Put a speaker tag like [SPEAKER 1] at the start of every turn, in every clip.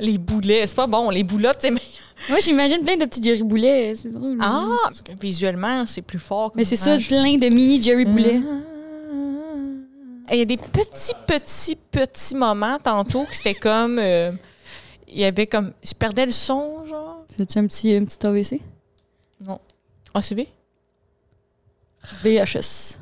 [SPEAKER 1] Les boulets, c'est pas bon. Les boulottes, c'est meilleur.
[SPEAKER 2] Moi, j'imagine plein de petits Jerry Boulet. C'est drôle.
[SPEAKER 1] Ah! Parce que visuellement, c'est plus fort. comme
[SPEAKER 2] Mais c'est ça,
[SPEAKER 1] image.
[SPEAKER 2] plein de mini Jerry Boulet.
[SPEAKER 1] Ah! Et Il y a des petits, petits, petits moments tantôt que c'était comme. euh, il y avait comme. Je perdais le son, genre.
[SPEAKER 2] C'est-tu un petit, un petit AVC?
[SPEAKER 1] ACV?
[SPEAKER 2] VHS.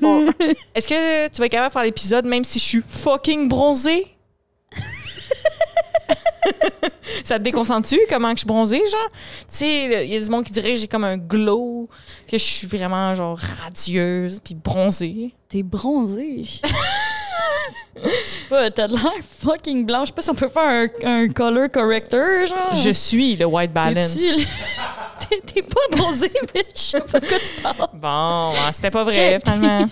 [SPEAKER 1] Bon. Est-ce que tu vas être capable de faire l'épisode même si je suis fucking bronzée? Ça te déconcentre-tu comment que je suis bronzée, genre? Tu sais, il y a du monde qui dirait que j'ai comme un glow, que je suis vraiment genre radieuse puis bronzée.
[SPEAKER 2] T'es bronzée. Je sais pas, t'as de l'air fucking blanche. Je sais pas si on peut faire un, un color corrector, genre.
[SPEAKER 1] Je suis le white balance.
[SPEAKER 2] T'es-tu- T'es t'es pas bronzée, mais je sais pas de quoi tu parles.
[SPEAKER 1] Bon, ouais, c'était pas vrai, finalement.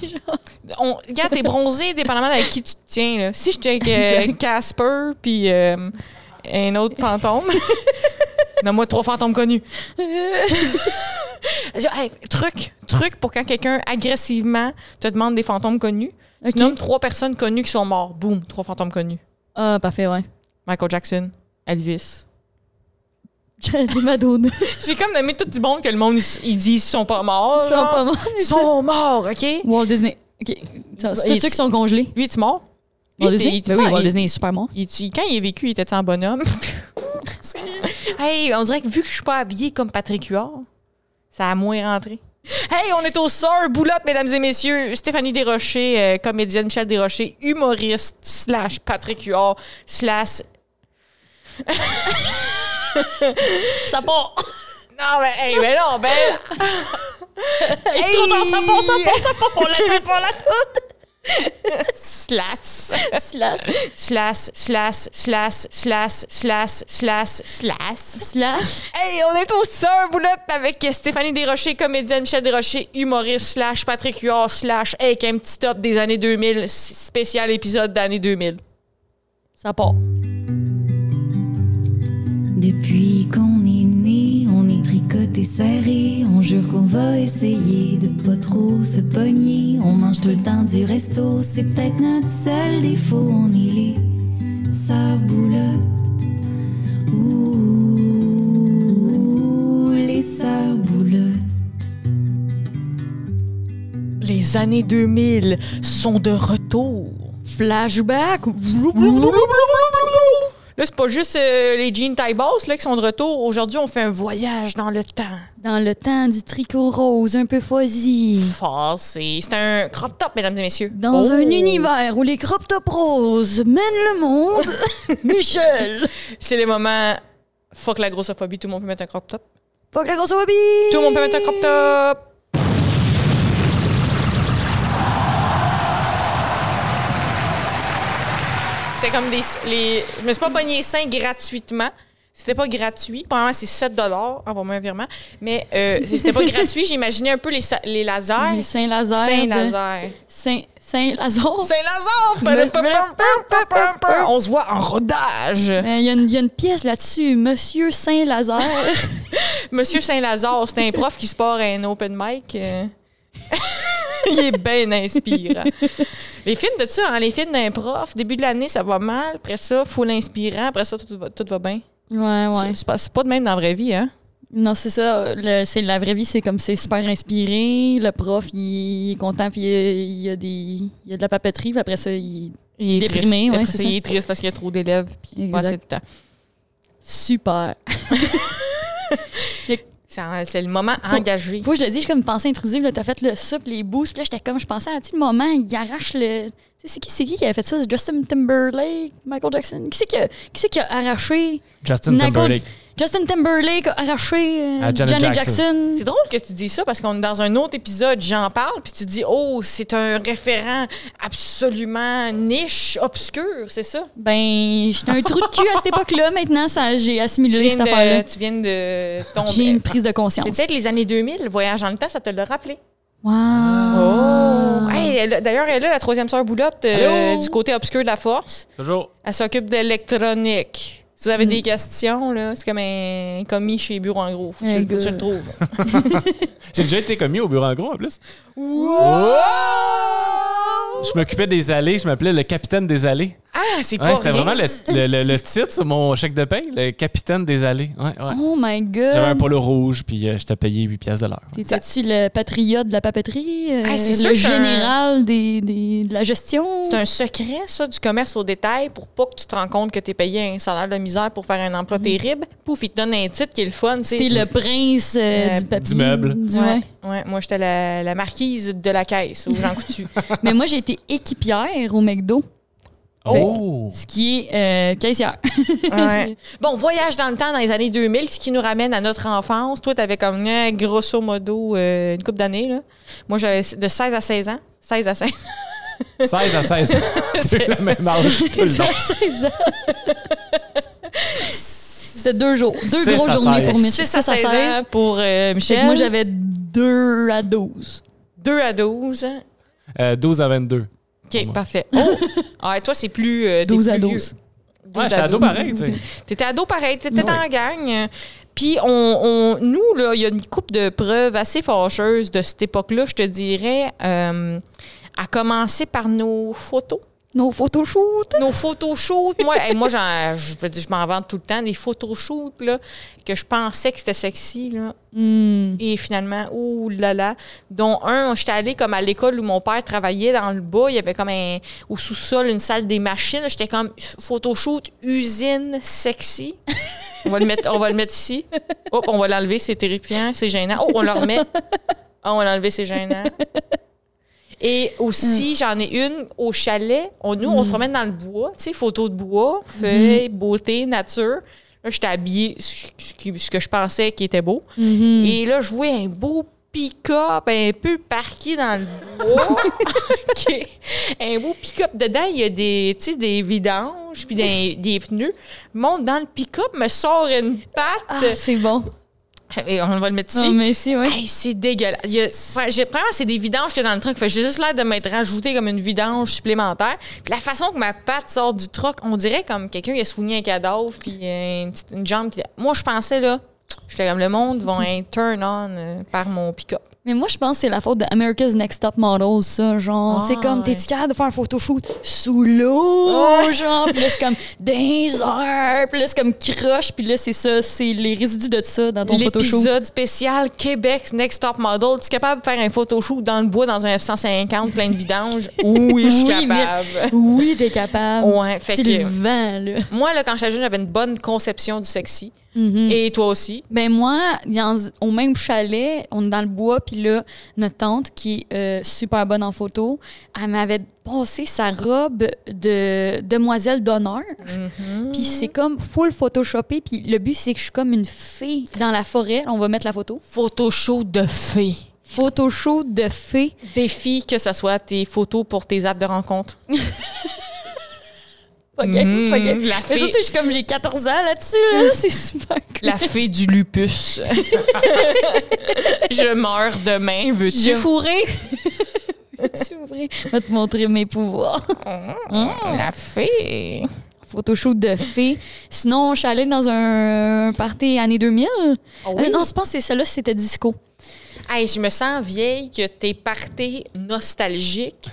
[SPEAKER 1] On, regarde, t'es bronzé, dépendamment avec qui tu te tiens. Là. Si j'étais avec euh, Casper, puis euh, un autre fantôme, donne-moi trois fantômes connus. Je- hey, truc, truc pour quand quelqu'un agressivement te demande des fantômes connus,
[SPEAKER 2] Ok.
[SPEAKER 1] tu nommes trois personnes connues qui sont mortes. Boum, trois fantômes connus.
[SPEAKER 2] Ah, parfait, ouais.
[SPEAKER 1] Michael Jackson, Elvis.
[SPEAKER 2] J'allais dire Madonna.
[SPEAKER 1] J'ai comme nommé tout du monde que le monde, ils, ils disent ils sont pas morts.
[SPEAKER 2] Ils sont
[SPEAKER 1] genre.
[SPEAKER 2] pas morts, mais
[SPEAKER 1] Ils sont morts, OK?
[SPEAKER 2] Walt Disney. OK. Ça, C'est
[SPEAKER 1] Et
[SPEAKER 2] tous ceux qui sont congelés.
[SPEAKER 1] Lui, tu mort? Lui,
[SPEAKER 2] Walt
[SPEAKER 1] t'es-
[SPEAKER 2] Disney?
[SPEAKER 1] il-
[SPEAKER 2] Ben oui, Walt
[SPEAKER 1] il-
[SPEAKER 2] Disney est super mort.
[SPEAKER 1] il- tu- quand il est vécu, il était en bonhomme. hey, on dirait que vu que je suis pas habillée comme Patrick Huard, ça a moins rentré. Hey, on est au sort boulotte, mesdames et messieurs. Stéphanie Desrochers, euh, comédienne, Michel Desrochers, humoriste, slash Patrick Huard, slash...
[SPEAKER 2] Ça part!
[SPEAKER 1] Non, mais, hey, mais non, ben... hey,
[SPEAKER 2] ça part, ça part, ça part! On la traite, on la traite!
[SPEAKER 1] Slash.
[SPEAKER 2] Slash.
[SPEAKER 1] Slash, slash, slash, slash, slash, slash, slash.
[SPEAKER 2] Slash.
[SPEAKER 1] Hey, on est au Sœur Boulotte avec Stéphanie Desrochers, comédienne, Michel Desrochers, humoriste, slash Patrick Huard, slash avec un petit top des années 2000, s- spécial épisode d'année 2000.
[SPEAKER 2] Ça part.
[SPEAKER 3] Depuis qu'on est né, on est tricoté serré. On jure qu'on va essayer de pas trop se pogner. On mange tout le temps du resto, c'est peut-être notre seul défaut. On est les sœurs boulottes. Ouh, les sœurs boulottes.
[SPEAKER 1] Les années 2000 sont de retour.
[SPEAKER 2] Flashback.
[SPEAKER 1] Là, c'est pas juste euh, les jeans taille basse là, qui sont de retour. Aujourd'hui, on fait un voyage dans le temps.
[SPEAKER 2] Dans le temps du tricot rose un peu fuzzy.
[SPEAKER 1] Fort, C'est c'est un crop top, mesdames et messieurs.
[SPEAKER 2] Dans
[SPEAKER 1] Oh.
[SPEAKER 2] un univers où les crop top roses mènent le monde, Michel!
[SPEAKER 1] C'est les moments... Fuck la grossophobie, tout le monde peut mettre un crop top.
[SPEAKER 2] Fuck la grosse hobby!
[SPEAKER 1] Tout le monde peut mettre un crop top. C'est comme des. Les, je me suis pas pogné les seins gratuitement. C'était pas gratuit. Probablement, c'est 7 Envoie-moi un virement. Mais euh, c'était pas gratuit. J'imaginais un peu les, sa- les lasers.
[SPEAKER 2] Les Saint-Lazare.
[SPEAKER 1] Saint-Lazare.
[SPEAKER 2] Saint- Saint-Lazare.
[SPEAKER 1] Saint-Lazare! On se voit en rodage!
[SPEAKER 2] Euh, Il y, a une- il y a une pièce là-dessus, Monsieur Saint-Lazare.
[SPEAKER 1] Monsieur Saint-Lazare, c'est un prof qui se part à un open mic. euh. Il est bien inspirant. Les films de ça, hein, les films d'un prof, début de l'année, ça va mal. Après ça, faut l'inspirant. Après ça, tout va, tout va bien.
[SPEAKER 2] ouais, ouais.
[SPEAKER 1] C'est- C'est pas, c'est pas de même dans la vraie vie, hein?
[SPEAKER 2] Non, c'est ça. le- c'est la vraie vie, c'est comme c'est super inspiré. Le prof, il est content, puis il y a- il y a, des, il y a de la papeterie, puis après ça, il
[SPEAKER 1] Il est
[SPEAKER 2] Déprimé,
[SPEAKER 1] triste.
[SPEAKER 2] ouais,
[SPEAKER 1] Après
[SPEAKER 2] c'est
[SPEAKER 1] ça,
[SPEAKER 2] ça.
[SPEAKER 1] Il est triste parce qu'il y a trop d'élèves puis pas
[SPEAKER 2] Exact.
[SPEAKER 1] assez de temps.
[SPEAKER 2] super.
[SPEAKER 1] C'est c'est le moment
[SPEAKER 2] Faut-
[SPEAKER 1] engagé.
[SPEAKER 2] Des fois, je le dis, j'ai comme une pensée intrusive. là, T'as fait le soupe, les boosts. Puis là, j'étais comme, je pensais à tu sais, le moment, il arrache le. Tu sais, c'est qui, c'est qui qui avait fait ça? C'est Justin Timberlake, Michael Jackson? Qui c'est qui, a- qui, c'est qui a arraché?
[SPEAKER 4] Justin
[SPEAKER 2] Michael-
[SPEAKER 4] Timberlake.
[SPEAKER 2] Justin Timberlake a arraché euh,
[SPEAKER 4] À
[SPEAKER 2] Janet,
[SPEAKER 4] Janet
[SPEAKER 2] Jackson.
[SPEAKER 4] Jackson.
[SPEAKER 1] C'est drôle que tu dis ça parce qu'on est dans un autre épisode, j'en parle, puis tu dis Oh, c'est un référent absolument niche, obscur, c'est ça?
[SPEAKER 2] Ben, j'étais un trou de cul à cette époque-là. Maintenant, ça, j'ai
[SPEAKER 1] Tu
[SPEAKER 2] assimilé
[SPEAKER 1] viens,
[SPEAKER 2] cette
[SPEAKER 1] de,
[SPEAKER 2] affaire-là.
[SPEAKER 1] tu viens de
[SPEAKER 2] J'ai
[SPEAKER 1] tomber.
[SPEAKER 2] une prise de conscience.
[SPEAKER 1] euh, C'est peut-être les années 2000, le voyage dans le temps, ça te l'a rappelé. Oh.
[SPEAKER 2] Wow. Ah.
[SPEAKER 1] Hey, elle- D'ailleurs, elle est là, la troisième sœur Boulotte, euh,
[SPEAKER 4] Allô?
[SPEAKER 1] du côté obscur de la force.
[SPEAKER 4] Toujours.
[SPEAKER 1] Elle s'occupe d'électronique. Si vous
[SPEAKER 2] Hmm.
[SPEAKER 1] avez des questions, là, c'est comme un commis chez Bureau en gros. Faut que tu,
[SPEAKER 2] Un
[SPEAKER 1] le- tu
[SPEAKER 2] gars.
[SPEAKER 1] le trouves.
[SPEAKER 4] J'ai déjà été commis au bureau en gros en plus.
[SPEAKER 1] Wow!
[SPEAKER 4] Je m'occupais des allées, je m'appelais le capitaine des allées.
[SPEAKER 1] Ah, c'est
[SPEAKER 4] Ouais,
[SPEAKER 1] pas
[SPEAKER 4] c'était
[SPEAKER 1] rien.
[SPEAKER 4] vraiment le, le- le- le titre sur mon chèque de paie, le capitaine des allées. Ouais, ouais.
[SPEAKER 2] Oh my god.
[SPEAKER 4] J'avais un polo rouge, puis euh, j'étais payé 8 piastres de l'heure. ouais.
[SPEAKER 2] T'étais-tu le patriote de la papeterie? euh,
[SPEAKER 1] Ah, c'est
[SPEAKER 2] le
[SPEAKER 1] sûr que c'est un-
[SPEAKER 2] général des, des- de la gestion?
[SPEAKER 1] C'est un secret, ça, du commerce au détail pour pas que tu te rends compte que t'es payé un salaire de misère pour faire un emploi terrible. Pouf, il te donne un titre qui est le fun. tu sais.
[SPEAKER 2] Hmm. C'était le prince euh,
[SPEAKER 1] Euh,
[SPEAKER 2] du papier.
[SPEAKER 4] du meuble.
[SPEAKER 2] Du-
[SPEAKER 1] Ouais.
[SPEAKER 2] ouais.
[SPEAKER 1] ouais. Moi, j'étais la, la marquise de la caisse ou Jean Coutu.
[SPEAKER 2] Mais moi, j'ai été équipière au McDo,
[SPEAKER 4] Oh!
[SPEAKER 2] ce qui est euh, caissière.
[SPEAKER 1] Ouais. Bon, voyage dans le temps dans les années 2000, ce qui nous ramène à notre enfance. Toi, t'avais comme, euh, grosso modo, euh, une couple d'années. là. Moi, j'avais de 16 à 16 ans. 16 à 16.
[SPEAKER 4] 16 à 16. C'est le même âge tout le long.
[SPEAKER 2] Ça, c'est ça. C'était deux jours, deux
[SPEAKER 4] Six
[SPEAKER 2] grosses
[SPEAKER 4] à
[SPEAKER 2] journées
[SPEAKER 4] seize.
[SPEAKER 2] pour mes
[SPEAKER 1] C'est
[SPEAKER 2] Oh, six à seize.
[SPEAKER 1] ans pour euh,
[SPEAKER 2] Fait que
[SPEAKER 1] Michel.
[SPEAKER 2] Moi, j'avais deux à 12.
[SPEAKER 1] 2 à 12. OK,
[SPEAKER 4] Euh, 12 à 22. Ouais.
[SPEAKER 1] parfait. Oh! Ah, toi, c'est plus. euh, t'es
[SPEAKER 2] 12 à
[SPEAKER 1] plus
[SPEAKER 2] 12.
[SPEAKER 1] vieux. 12
[SPEAKER 4] Ouais, j'étais
[SPEAKER 1] à
[SPEAKER 4] ado
[SPEAKER 1] 12.
[SPEAKER 4] pareil, tu sais.
[SPEAKER 1] T'étais ado pareil, t'étais
[SPEAKER 4] Oui.
[SPEAKER 1] dans la gang. Puis on, on- nous, là, il y a une coupe de preuves assez fâcheuses de cette époque-là, je te dirais, euh, à commencer par nos photos.
[SPEAKER 2] Nos photoshoots.
[SPEAKER 1] Nos photoshoots. moi, hey, moi j'en- je veux dire, je m'en vante tout le temps, des photoshoots là, que je pensais que c'était sexy. Là.
[SPEAKER 2] Hmm.
[SPEAKER 1] Et finalement, ouh là là, dont un, j'étais allée comme à l'école où mon père travaillait dans le bas, il y avait comme un, au sous-sol une salle des machines, j'étais comme photoshoot usine sexy. On va le mettre, on va le mettre ici. Hop, on va l'enlever, c'est terrifiant, c'est gênant. Oh, on le remet. Ah, on l'a enlevé, c'est gênant. Et aussi, j'en ai une au chalet. On, nous, on se promène dans le bois, tu sais, photos de bois, feuilles, beauté, nature. Là, j'étais habillée ce ce qui- ce que je pensais qui était beau.
[SPEAKER 2] Mhm.
[SPEAKER 1] Et là, je vois un beau pick-up un peu parqué dans le bois. OK. Un beau pick-up. Dedans, il y a des, tu sais, des vidanges puis des, des pneus. Monte dans le pick-up, me sort une
[SPEAKER 2] Ah,
[SPEAKER 1] patte.
[SPEAKER 2] c'est bon.
[SPEAKER 1] Et on va le mettre ici.
[SPEAKER 2] Ah, mais si, ouais.
[SPEAKER 1] Hey, c'est dégueulasse. Il y a- Ouais, j'ai- Premièrement, c'est des vidanges que dans le truck. Fait que j'ai juste l'air de m'être rajouté comme une vidange supplémentaire. Puis la façon que ma patte sort du truck, on dirait comme quelqu'un qui a soigné un cadavre puis euh, une, petite- une jambe. qui- Moi, je pensais là, j'étais comme le monde vont être turn on euh, par mon pick-up.
[SPEAKER 2] Mais moi, je pense que c'est la faute de America's Next Top Models, ça. Genre,
[SPEAKER 1] Ah,
[SPEAKER 2] c'est comme,
[SPEAKER 1] ouais.
[SPEAKER 2] t'es-tu capable de faire un photoshoot sous l'eau, genre? Puis là, c'est comme, des heures. Puis là, c'est comme croche. Puis là, c'est ça, c'est les résidus de ça dans ton photoshoot.
[SPEAKER 1] L'épisode spécial Québec Next Top Model. Tu es capable de faire un photoshoot dans le bois dans un F-150 plein de vidanges? Oui, je suis
[SPEAKER 2] Oui, mais-
[SPEAKER 1] capable.
[SPEAKER 2] Oui, t'es capable.
[SPEAKER 1] Ouais, fait
[SPEAKER 2] tu
[SPEAKER 1] que-
[SPEAKER 2] le vends, là.
[SPEAKER 1] Moi, là, quand j'étais jeune, j'avais une bonne conception du sexy. Et toi aussi.
[SPEAKER 2] Ben moi, dans- au même chalet, on est dans le bois, puis là, notre tante, qui est euh, super bonne en photo, elle m'avait passé sa robe de demoiselle d'honneur.
[SPEAKER 1] Mm-hmm.
[SPEAKER 2] Puis c'est comme full photoshopé, puis le but, c'est que je suis comme une fée dans la forêt. On va mettre la photo.
[SPEAKER 1] Photoshoot de fée.
[SPEAKER 2] Photoshoot de fée.
[SPEAKER 1] Défi que ça soit tes photos pour tes apps de rencontre.
[SPEAKER 2] Fuck it,
[SPEAKER 1] Mhm.
[SPEAKER 2] fuck it.
[SPEAKER 1] La
[SPEAKER 2] Mais ça,
[SPEAKER 1] fée-
[SPEAKER 2] tu sais, je suis comme j'ai 14 ans là-dessus, là. c'est super cool.
[SPEAKER 1] La fée du lupus. Je meurs demain, veux-tu
[SPEAKER 2] Je-
[SPEAKER 1] fourrer?
[SPEAKER 2] Tu ouvres, je vais te montrer mes pouvoirs.
[SPEAKER 1] Mm-hmm. La fée.
[SPEAKER 2] Photoshoot de fée. Sinon, je suis allée dans un euh, party année 2000. Euh, non, je pense que c'est celle-là, c'était disco.
[SPEAKER 1] Ah Hey, je me sens vieille que tes parties nostalgiques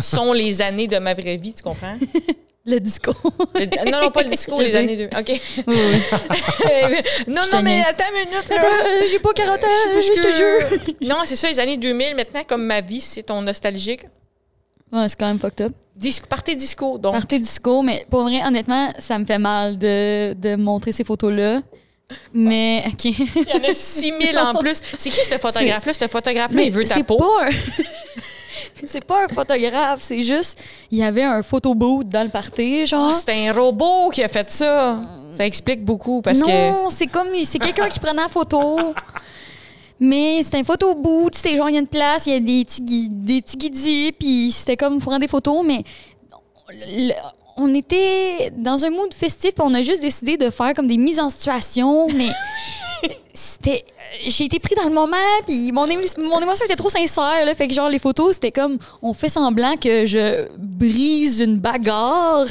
[SPEAKER 1] sont les années de ma vraie vie, tu comprends?
[SPEAKER 2] Le disco.
[SPEAKER 1] Le- non, non, pas le disco,
[SPEAKER 2] Je
[SPEAKER 1] les
[SPEAKER 2] sais.
[SPEAKER 1] années de... OK.
[SPEAKER 2] Oui, oui.
[SPEAKER 1] Ah. non,
[SPEAKER 2] Je
[SPEAKER 1] non, mais
[SPEAKER 2] connais.
[SPEAKER 1] attends une minute, là.
[SPEAKER 2] Attends, euh, j'ai pas 40 ans, je te jure.
[SPEAKER 1] Non, c'est ça, les années 2000. Maintenant, comme ma vie, c'est ton nostalgique.
[SPEAKER 2] Ouais, c'est quand même fucked up.
[SPEAKER 1] Disco, partez disco, donc.
[SPEAKER 2] Party disco, mais pour vrai, honnêtement, ça me fait mal de, de montrer ces photos-là. Mais, OK.
[SPEAKER 1] Il y en a 6000 en plus. C'est qui ce photographe-là? Ce photographe-là, il veut ta
[SPEAKER 2] c'est
[SPEAKER 1] peau.
[SPEAKER 2] pas un... c'est pas un photographe, c'est juste... Il y avait un photo booth dans le party,
[SPEAKER 1] Ah,
[SPEAKER 2] genre...
[SPEAKER 1] c'est un robot qui a fait ça. Ça explique beaucoup parce que.
[SPEAKER 2] non, c'est comme c'est quelqu'un qui prenait la photo. Mais c'est un photo bout, c'est genre il y a une place, il y a des petits gui- des petits guidis, puis c'était comme prendre des photos, mais le- on était dans un mood festif, puis on a juste décidé de faire comme des mises en situation, mais c'était j'ai été pris dans le moment, puis mon, émo- mon émotion était trop sincère, là, fait que genre les photos c'était comme on fait semblant que je brise une bagarre,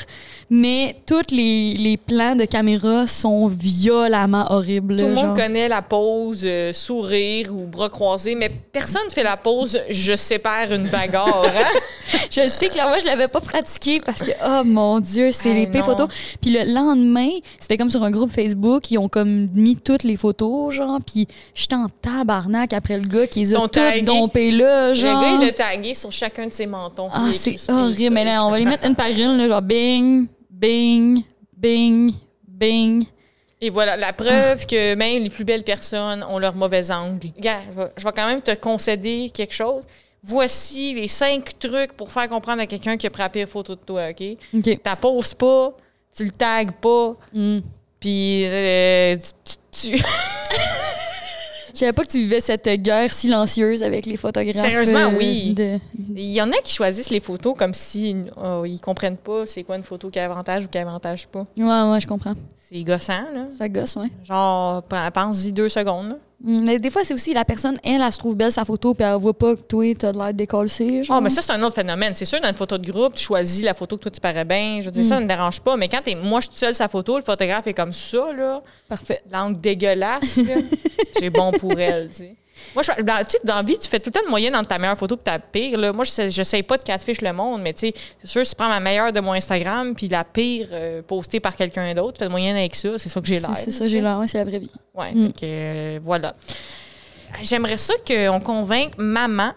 [SPEAKER 2] mais tous les, les plans de caméra sont violemment horribles.
[SPEAKER 1] Tout le
[SPEAKER 2] genre.
[SPEAKER 1] monde connaît la pose euh, sourire ou bras croisés, mais personne fait la pose je sépare une bagarre. hein?
[SPEAKER 2] Je sais que là, moi, je l'avais pas pratiqué parce que, oh mon Dieu, c'est
[SPEAKER 1] Hey,
[SPEAKER 2] les pires
[SPEAKER 1] Eh non.
[SPEAKER 2] photos. Puis le lendemain, c'était comme sur un groupe Facebook, ils ont comme mis toutes les photos, genre, puis j'étais en tabarnak après le gars qui les a
[SPEAKER 1] T'ont tagué.
[SPEAKER 2] toutes dompées là, genre.
[SPEAKER 1] Le gars, il l'a tagué sur chacun de ses mentons.
[SPEAKER 2] Ah,
[SPEAKER 1] Il
[SPEAKER 2] c'est
[SPEAKER 1] écrit- il-
[SPEAKER 2] horrible. Mais là, on va les mettre une par une, là, genre bing, bing, bing, bing.
[SPEAKER 1] Et voilà, la preuve que même les plus belles personnes ont leur mauvais angle. Regarde, je vais, je vais quand même te concéder quelque chose. Voici les cinq trucs pour faire comprendre à quelqu'un qui a pris la pire photo de toi, OK?
[SPEAKER 2] OK.
[SPEAKER 1] T'as poses pas, tu le tagues pas,
[SPEAKER 2] Mm.
[SPEAKER 1] puis euh, tu... tu- tu-
[SPEAKER 2] Je savais pas que tu vivais cette guerre silencieuse avec les photographes.
[SPEAKER 1] Sérieusement,
[SPEAKER 2] euh,
[SPEAKER 1] oui.
[SPEAKER 2] de-
[SPEAKER 1] Il y en a qui choisissent les photos comme si euh, ils comprennent pas c'est quoi une photo qui a avantage ou qui a avantage pas.
[SPEAKER 2] Ouais, ouais, je comprends.
[SPEAKER 1] C'est gossant, là.
[SPEAKER 2] Ça gosse, ouais.
[SPEAKER 1] Genre, pe- pense-y deux secondes. là.
[SPEAKER 2] Mm, Mais des fois, c'est aussi la personne, elle, elle se trouve belle sa photo, puis elle voit pas que toi, t'as de l'air décollé.
[SPEAKER 1] Ah, mais ça, c'est un autre phénomène. C'est sûr, dans une photo de groupe, tu choisis la photo que toi, tu parais bien. Je veux dire, ça ne me dérange pas. Mais quand t'es, moi, je suis seule sa photo, le photographe est comme ça, là,
[SPEAKER 2] Parfait.
[SPEAKER 1] l'angle dégueulasse, là. c'est bon pour elle, tu sais. Moi, je, dans, tu sais, dans la vie, tu fais tout le temps de moyenne entre ta meilleure photo et ta pire. Là. Moi, je n'essaye pas de catfish le monde, mais tu sais, c'est sûr, si je prends ma meilleure de mon Instagram puis la pire euh, postée par quelqu'un d'autre, tu fais de moyenne avec ça, c'est ça que j'ai
[SPEAKER 2] C'est-
[SPEAKER 1] l'air.
[SPEAKER 2] C'est ça, j'ai l'air, ouais, c'est la vraie vie.
[SPEAKER 1] Ouais,
[SPEAKER 2] Mm.
[SPEAKER 1] fait que, euh, voilà. J'aimerais ça qu'on convainque maman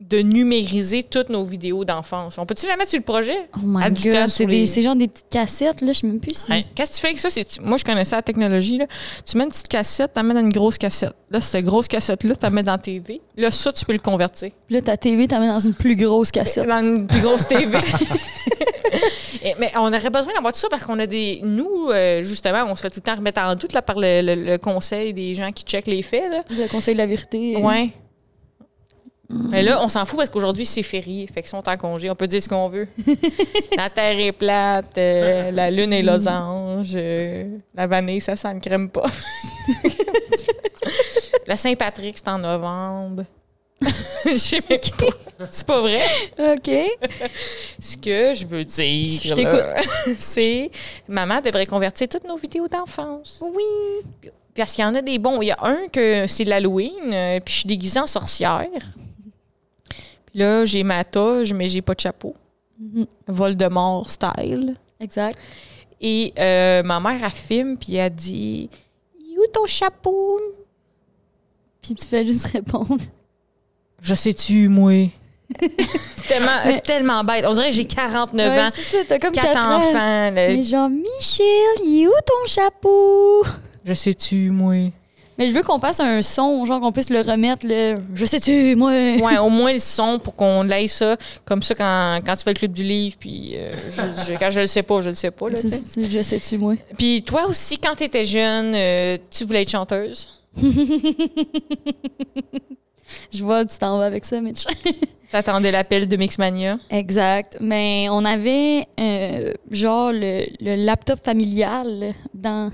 [SPEAKER 1] de numériser toutes nos vidéos d'enfance. On peut-tu la mettre sur le projet?
[SPEAKER 2] Oh my
[SPEAKER 1] Elle a du temps
[SPEAKER 2] god,
[SPEAKER 1] hein, sur
[SPEAKER 2] c'est
[SPEAKER 1] les-
[SPEAKER 2] des- c'est genre des petites cassettes, là, je sais même plus si.
[SPEAKER 1] Hein, Qu'est-ce que tu fais avec ça? C'est- tu- Moi, je connaissais la technologie. Là. Tu mets une petite cassette, tu mets dans une grosse cassette. Là, cette grosse cassette-là, tu la mets dans TV. Là, ça, tu peux le convertir.
[SPEAKER 2] Là, ta TV, t'en mets dans une plus grosse cassette.
[SPEAKER 1] Dans une plus grosse TV. Et- mais on aurait besoin d'avoir tout ça parce qu'on a des. Nous, euh, justement, on se fait tout le temps remettre en doute là, par le, le- le conseil des gens qui checkent les faits. Là.
[SPEAKER 2] Le conseil de la vérité. euh,
[SPEAKER 1] Ouais.
[SPEAKER 2] Mm.
[SPEAKER 1] Mais là, on s'en fout parce qu'aujourd'hui, c'est férié. Fait qu'ils sont en congé. On peut dire ce qu'on veut. la terre est plate, euh, la lune est losange, euh, la vanille, ça sent le crème pas. la Saint-Patrick, c'est en novembre. Je sais même pas. C'est pas vrai.
[SPEAKER 2] OK.
[SPEAKER 1] Ce que je veux dire,
[SPEAKER 2] Je t'écoute.
[SPEAKER 1] là, c'est maman devrait convertir toutes nos vidéos d'enfance. Oui. Parce qu'il y en a des bons. Il y a un que c'est l'Halloween, euh, puis je suis déguisée en sorcière. Puis là, j'ai ma toge, mais j'ai pas de chapeau.
[SPEAKER 2] Mm-hmm.
[SPEAKER 1] Voldemort style.
[SPEAKER 2] Exact.
[SPEAKER 1] Et euh, ma mère, elle filme, puis elle dit Il est Où ton chapeau
[SPEAKER 2] Puis tu fais juste répondre.
[SPEAKER 1] Je sais-tu, moi. tellement, tellement bête. On dirait que j'ai 49
[SPEAKER 2] Ouais,
[SPEAKER 1] ans,
[SPEAKER 2] c'est ça, t'as comme
[SPEAKER 1] quatre
[SPEAKER 2] quatre ans.
[SPEAKER 1] enfants. là.
[SPEAKER 2] Mais genre, Michel, il est où ton chapeau?
[SPEAKER 1] Je sais-tu, moi.
[SPEAKER 2] Mais je veux qu'on fasse un son, genre qu'on puisse le remettre, le je sais-tu, moi.
[SPEAKER 1] Ouais, au moins le son pour qu'on l'aille ça. Comme ça, quand, quand tu fais le club du livre, puis euh, je, je- quand je le sais pas, je le sais pas. Là, tu
[SPEAKER 2] C'est-
[SPEAKER 1] sais.
[SPEAKER 2] c'est- Je sais-tu, moi.
[SPEAKER 1] puis toi aussi, quand tu étais jeune, euh, tu voulais être chanteuse.
[SPEAKER 2] Je vois, tu t'en vas avec ça, Mitch.
[SPEAKER 1] T'attendais l'appel de Mixmania.
[SPEAKER 2] Exact. Mais on avait euh, genre le, le laptop familial dans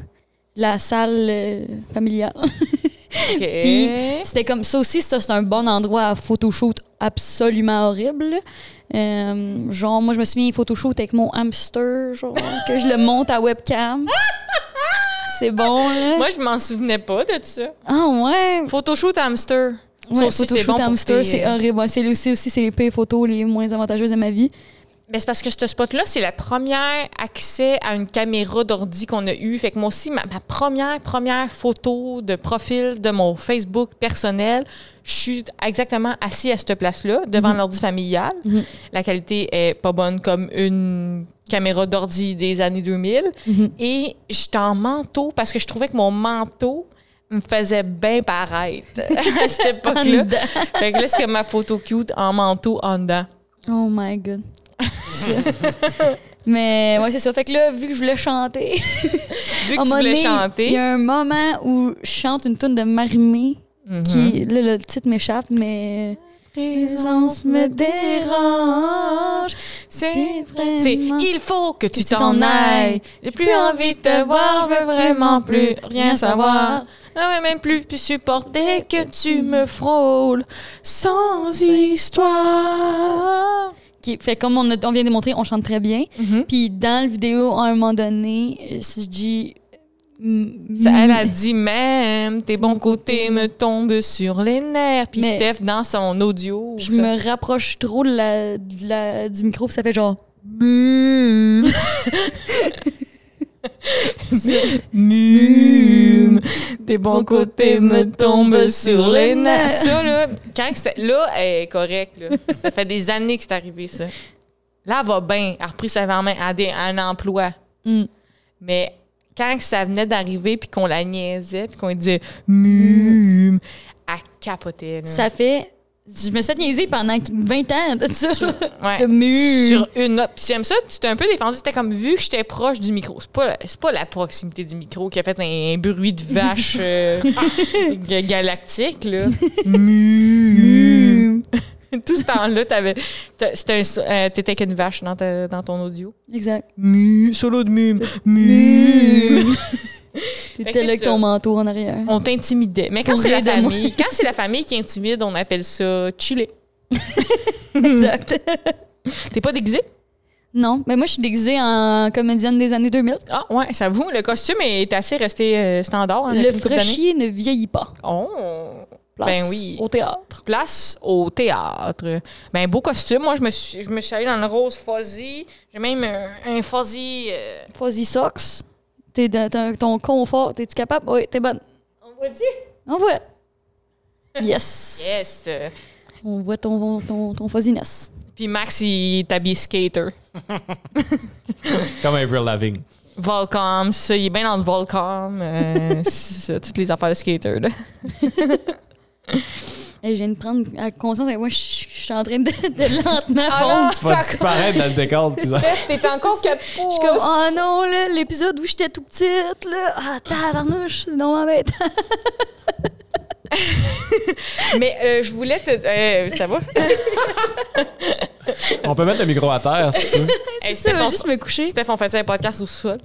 [SPEAKER 2] la salle euh, familiale.
[SPEAKER 1] OK.
[SPEAKER 2] Puis- C'était comme ça aussi, ça, c'est un bon endroit à photoshoot absolument horrible. Euh, genre, moi, je me souviens, photoshoot avec mon hamster, genre, que je le monte à webcam. C'est bon, là.
[SPEAKER 1] Moi, je m'en souvenais pas de ça.
[SPEAKER 2] Ah, ouais.
[SPEAKER 1] Photoshoot hamster. Ça
[SPEAKER 2] Ouais,
[SPEAKER 1] aussi, c'est
[SPEAKER 2] photoshoot
[SPEAKER 1] bon pour
[SPEAKER 2] hamster,
[SPEAKER 1] tes- euh,
[SPEAKER 2] c'est horrible. Ouais, c'est aussi, aussi c'est les pires photos les moins avantageuses de ma vie.
[SPEAKER 1] Mais Ben, c'est parce que ce spot-là, c'est la première accès à une caméra d'ordi qu'on a eu. Fait que moi aussi, ma, ma première, première photo de profil de mon Facebook personnel, je suis exactement assis à cette place-là, devant l'ordi familial.
[SPEAKER 2] Mhm.
[SPEAKER 1] La qualité est pas bonne comme une caméra d'ordi des années 2000.
[SPEAKER 2] Mhm.
[SPEAKER 1] Et j'étais en manteau parce que je trouvais que mon manteau me faisait bien paraître à cette époque-là.
[SPEAKER 2] En dedans.
[SPEAKER 1] fait que là, c'est ma photo cute en manteau en dedans.
[SPEAKER 2] Oh my god. Ça. Mais ouais, c'est ça. Fait que là, vu que je voulais chanter,
[SPEAKER 1] Vu que tu
[SPEAKER 2] à un moment
[SPEAKER 1] voulais
[SPEAKER 2] donné,
[SPEAKER 1] chanter...
[SPEAKER 2] il y a un moment où je chante une tune de Marimé,
[SPEAKER 1] Mhm.
[SPEAKER 2] qui, là, le titre m'échappe, mais...
[SPEAKER 1] présence me dérange. C'est vrai. C'est il faut que tu
[SPEAKER 2] tu
[SPEAKER 1] t'en
[SPEAKER 2] t'en
[SPEAKER 1] ailles.
[SPEAKER 2] ailles.
[SPEAKER 1] J'ai plus envie de te voir, je veux vraiment plus rien savoir. Ah ouais, même plus, plus supporter que tu me frôles sans histoire.
[SPEAKER 2] compliqué. Fait comme on, a- on vient de montrer, on chante très bien.
[SPEAKER 1] Mhm.
[SPEAKER 2] Puis dans la vidéo, à un moment donné, je dis.
[SPEAKER 1] Ça, elle a dit même tes bons côtés me tombent sur les nerfs. Puis
[SPEAKER 2] Mais-
[SPEAKER 1] Steph dans son audio.
[SPEAKER 2] Je
[SPEAKER 1] ça-
[SPEAKER 2] me rapproche trop de la- de la- du micro, puis ça fait genre.
[SPEAKER 1] Mume, tes bons côtés me tombent sur les nerfs. Ça, là, quand que c'est- là, elle est correcte. là. Ça fait des années que c'est arrivé, ça. Là, elle va bien. Elle a repris sa vie en main. Elle a des- un emploi.
[SPEAKER 2] Mm.
[SPEAKER 1] Mais quand que ça venait d'arriver, puis qu'on la niaisait, puis qu'on lui disait mume, elle capotait. là.
[SPEAKER 2] Ça fait. Je me suis fait niaiser pendant 20 ans de ça.
[SPEAKER 1] Ouais.
[SPEAKER 2] de mur.
[SPEAKER 1] Sur une note. Puis j'aime ça, tu t'es un peu défendu. C'était comme vu que j'étais proche du micro. C'est pas, c'est pas la proximité du micro qui a fait un, un bruit de vache euh, ga- galactique, là. Muuu. Tout ce temps-là, t'avais. t'as- c'était un so- euh, T'étais qu'une vache dans, ta- dans ton audio.
[SPEAKER 2] Exact.
[SPEAKER 1] Mu, solo de mume. Fait que
[SPEAKER 2] T'étais
[SPEAKER 1] c'est
[SPEAKER 2] là avec
[SPEAKER 1] ça.
[SPEAKER 2] ton manteau en arrière.
[SPEAKER 1] On t'intimidait. Mais quand
[SPEAKER 2] Pour
[SPEAKER 1] c'est la
[SPEAKER 2] rire de moi.
[SPEAKER 1] famille, quand c'est la famille qui intimide, on appelle ça chiller.
[SPEAKER 2] Exact.
[SPEAKER 1] T'es pas déguisé?
[SPEAKER 2] non, mais moi, je suis déguisée en comédienne des années 2000.
[SPEAKER 1] Ah ouais, ça vous, le costume est assez resté euh, standard. hein,
[SPEAKER 2] Le
[SPEAKER 1] depuis une couple
[SPEAKER 2] vrai
[SPEAKER 1] d'années.
[SPEAKER 2] chier ne vieillit pas.
[SPEAKER 1] Oh!
[SPEAKER 2] Place
[SPEAKER 1] Ben oui.
[SPEAKER 2] Au théâtre.
[SPEAKER 1] Place au théâtre. Ben, beau costume. Moi, je me suis, je me suis allée dans le rose fuzzy. J'ai même un, un fuzzy. euh,
[SPEAKER 2] Fuzzy socks. T'es de- t'as un- ton confort. T'es-tu capable? Oui, t'es bonne.
[SPEAKER 1] on va dire?
[SPEAKER 2] On voit. Yes.
[SPEAKER 1] Yes!
[SPEAKER 2] On voit ton, ton, ton fuzziness.
[SPEAKER 1] Puis Max, il est habillé skater.
[SPEAKER 4] Comme Avril Lavigne.
[SPEAKER 1] Volcom, ça, il est bien dans le Volcom. euh, c'est ça, toutes les affaires de skater, là.
[SPEAKER 2] Hey, je viens de prendre à conscience. Moi, je je suis en train de, de lentement
[SPEAKER 1] Ah
[SPEAKER 2] fondre.
[SPEAKER 1] non,
[SPEAKER 4] Tu vas disparaître dans le décor. puis ça-
[SPEAKER 1] T'es encore 4
[SPEAKER 2] Je suis comme, oh non, là, l'épisode où j'étais tout petite, là, ah, tabarnouche, c'est non, ma bête.
[SPEAKER 1] Mais euh, je voulais te. euh, ça va?
[SPEAKER 4] On peut mettre le micro à terre si tu veux.
[SPEAKER 1] Hey,
[SPEAKER 2] Ça
[SPEAKER 1] Steph,
[SPEAKER 2] va
[SPEAKER 1] on-
[SPEAKER 2] juste me coucher.
[SPEAKER 1] Steph, on fait un podcast au sol.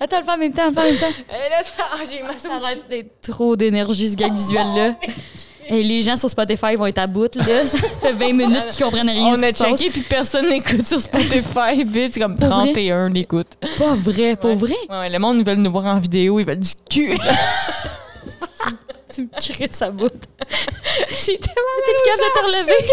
[SPEAKER 2] Attends, le faire en même temps, le faire en même temps.
[SPEAKER 1] là, ça, ah, j'ai eu ma
[SPEAKER 2] Ça arrête d'être trop d'énergie, ce gag
[SPEAKER 1] Oh
[SPEAKER 2] visuel-là. Et les gens sur Spotify vont être à bout, là. Ça fait 20 minutes qu'ils comprennent rien
[SPEAKER 1] On
[SPEAKER 2] de ce
[SPEAKER 1] a
[SPEAKER 2] qui se passe.
[SPEAKER 1] checké, puis personne n'écoute sur Spotify. Puis c'est comme
[SPEAKER 2] Pour vrai?
[SPEAKER 1] 31 l'écoute.
[SPEAKER 2] Pas vrai, pas vrai.
[SPEAKER 1] Ouais, ouais, le monde, ils veulent nous voir en vidéo, ils veulent du cul.
[SPEAKER 2] Tu me cries sa bout. T'es
[SPEAKER 1] c'est
[SPEAKER 2] plus capable de te relever.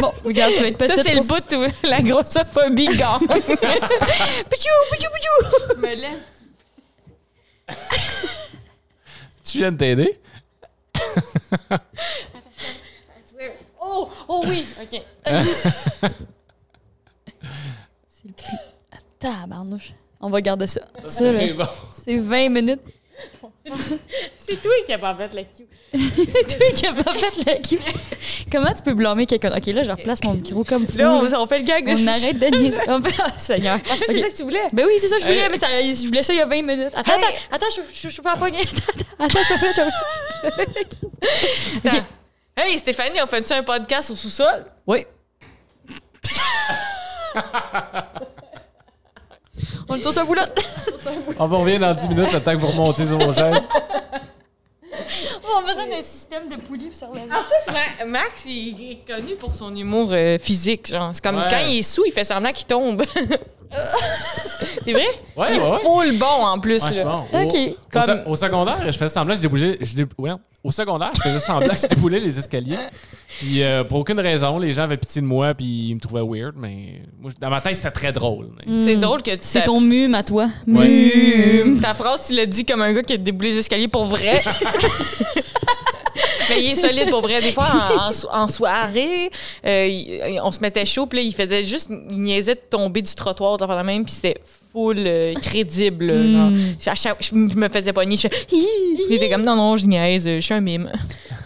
[SPEAKER 2] Bon, regarde, tu vas être
[SPEAKER 1] Ça,
[SPEAKER 2] petite.
[SPEAKER 1] c'est le
[SPEAKER 2] pour-
[SPEAKER 1] bout où la grossophobie gagne.
[SPEAKER 2] Pichou, pichou, pichou.
[SPEAKER 1] me lève.
[SPEAKER 4] Tu viens de t'aider?
[SPEAKER 1] Oh, oh oui, OK.
[SPEAKER 2] C'est le plus. Ah, Tabarnouche. On va garder ça. Ça, là,
[SPEAKER 4] C'est bon.
[SPEAKER 2] c'est 20 minutes.
[SPEAKER 1] C'est toi qui n'as pas fait la cue.
[SPEAKER 2] C'est toi qui n'as pas fait la queue. Comment tu peux blâmer quelqu'un? OK, là, je replace mon micro comme fou.
[SPEAKER 1] Là, on,
[SPEAKER 2] là.
[SPEAKER 1] on fait le gag de
[SPEAKER 2] On arrête de niaiser. On fait- Ah, Seigneur.
[SPEAKER 1] En fait, c'est
[SPEAKER 2] Ok.
[SPEAKER 1] ça que tu voulais.
[SPEAKER 2] Ben oui, c'est ça que je voulais,
[SPEAKER 1] Hey.
[SPEAKER 2] mais ça, je voulais ça il y a 20 minutes. Attends,
[SPEAKER 1] Euh, Hey.
[SPEAKER 2] attends, attends, je suis pas pogner. Attends, je peux pas.
[SPEAKER 1] Attends. Hey, Stéphanie, on fait-tu un podcast au sous-sol?
[SPEAKER 2] Oui. On le tourne sur la boulotte.
[SPEAKER 4] On va revenir dans 10 minutes, le temps que vous remontiez sur vos chaises.
[SPEAKER 2] On a besoin d'un système de poulie sur la
[SPEAKER 1] En plus, Ma- Max, il est connu pour son humour euh, physique. genre. C'est comme
[SPEAKER 4] Ouais.
[SPEAKER 1] quand il est sous, il fait semblant qu'il tombe. c'est vrai?
[SPEAKER 4] Ouais,
[SPEAKER 1] il
[SPEAKER 4] ouais, ouais.
[SPEAKER 1] est full bon en plus. là.
[SPEAKER 4] Franchement.
[SPEAKER 2] Ok.
[SPEAKER 4] Au,
[SPEAKER 1] Comme-
[SPEAKER 4] au se- au secondaire, je faisais semblant que je déboulais. Je dé- ouais, non. au secondaire, je faisais semblant que je déboulais les escaliers. Puis euh, pour aucune raison, les gens avaient pitié de moi puis ils me trouvaient weird. Mais moi, je- dans ma tête, c'était très drôle. mais-
[SPEAKER 1] C'est drôle que tu
[SPEAKER 2] C'est ton mume à toi.
[SPEAKER 4] Ouais.
[SPEAKER 1] Hum, Ta phrase, tu l'as dit comme un gars qui a déboulé les escaliers pour vrai. Mais il est solide pour vrai. Des fois, en, en so- en soirée, euh, il- on se mettait chaud, puis là, il faisait juste, il niaisait de tomber du trottoir, de faire la même, puis c'était full euh, crédible. là, genre. À chaque- je, je me faisais pogner, je fais Hi! Il était comme non, non, je niaise, je suis un mime.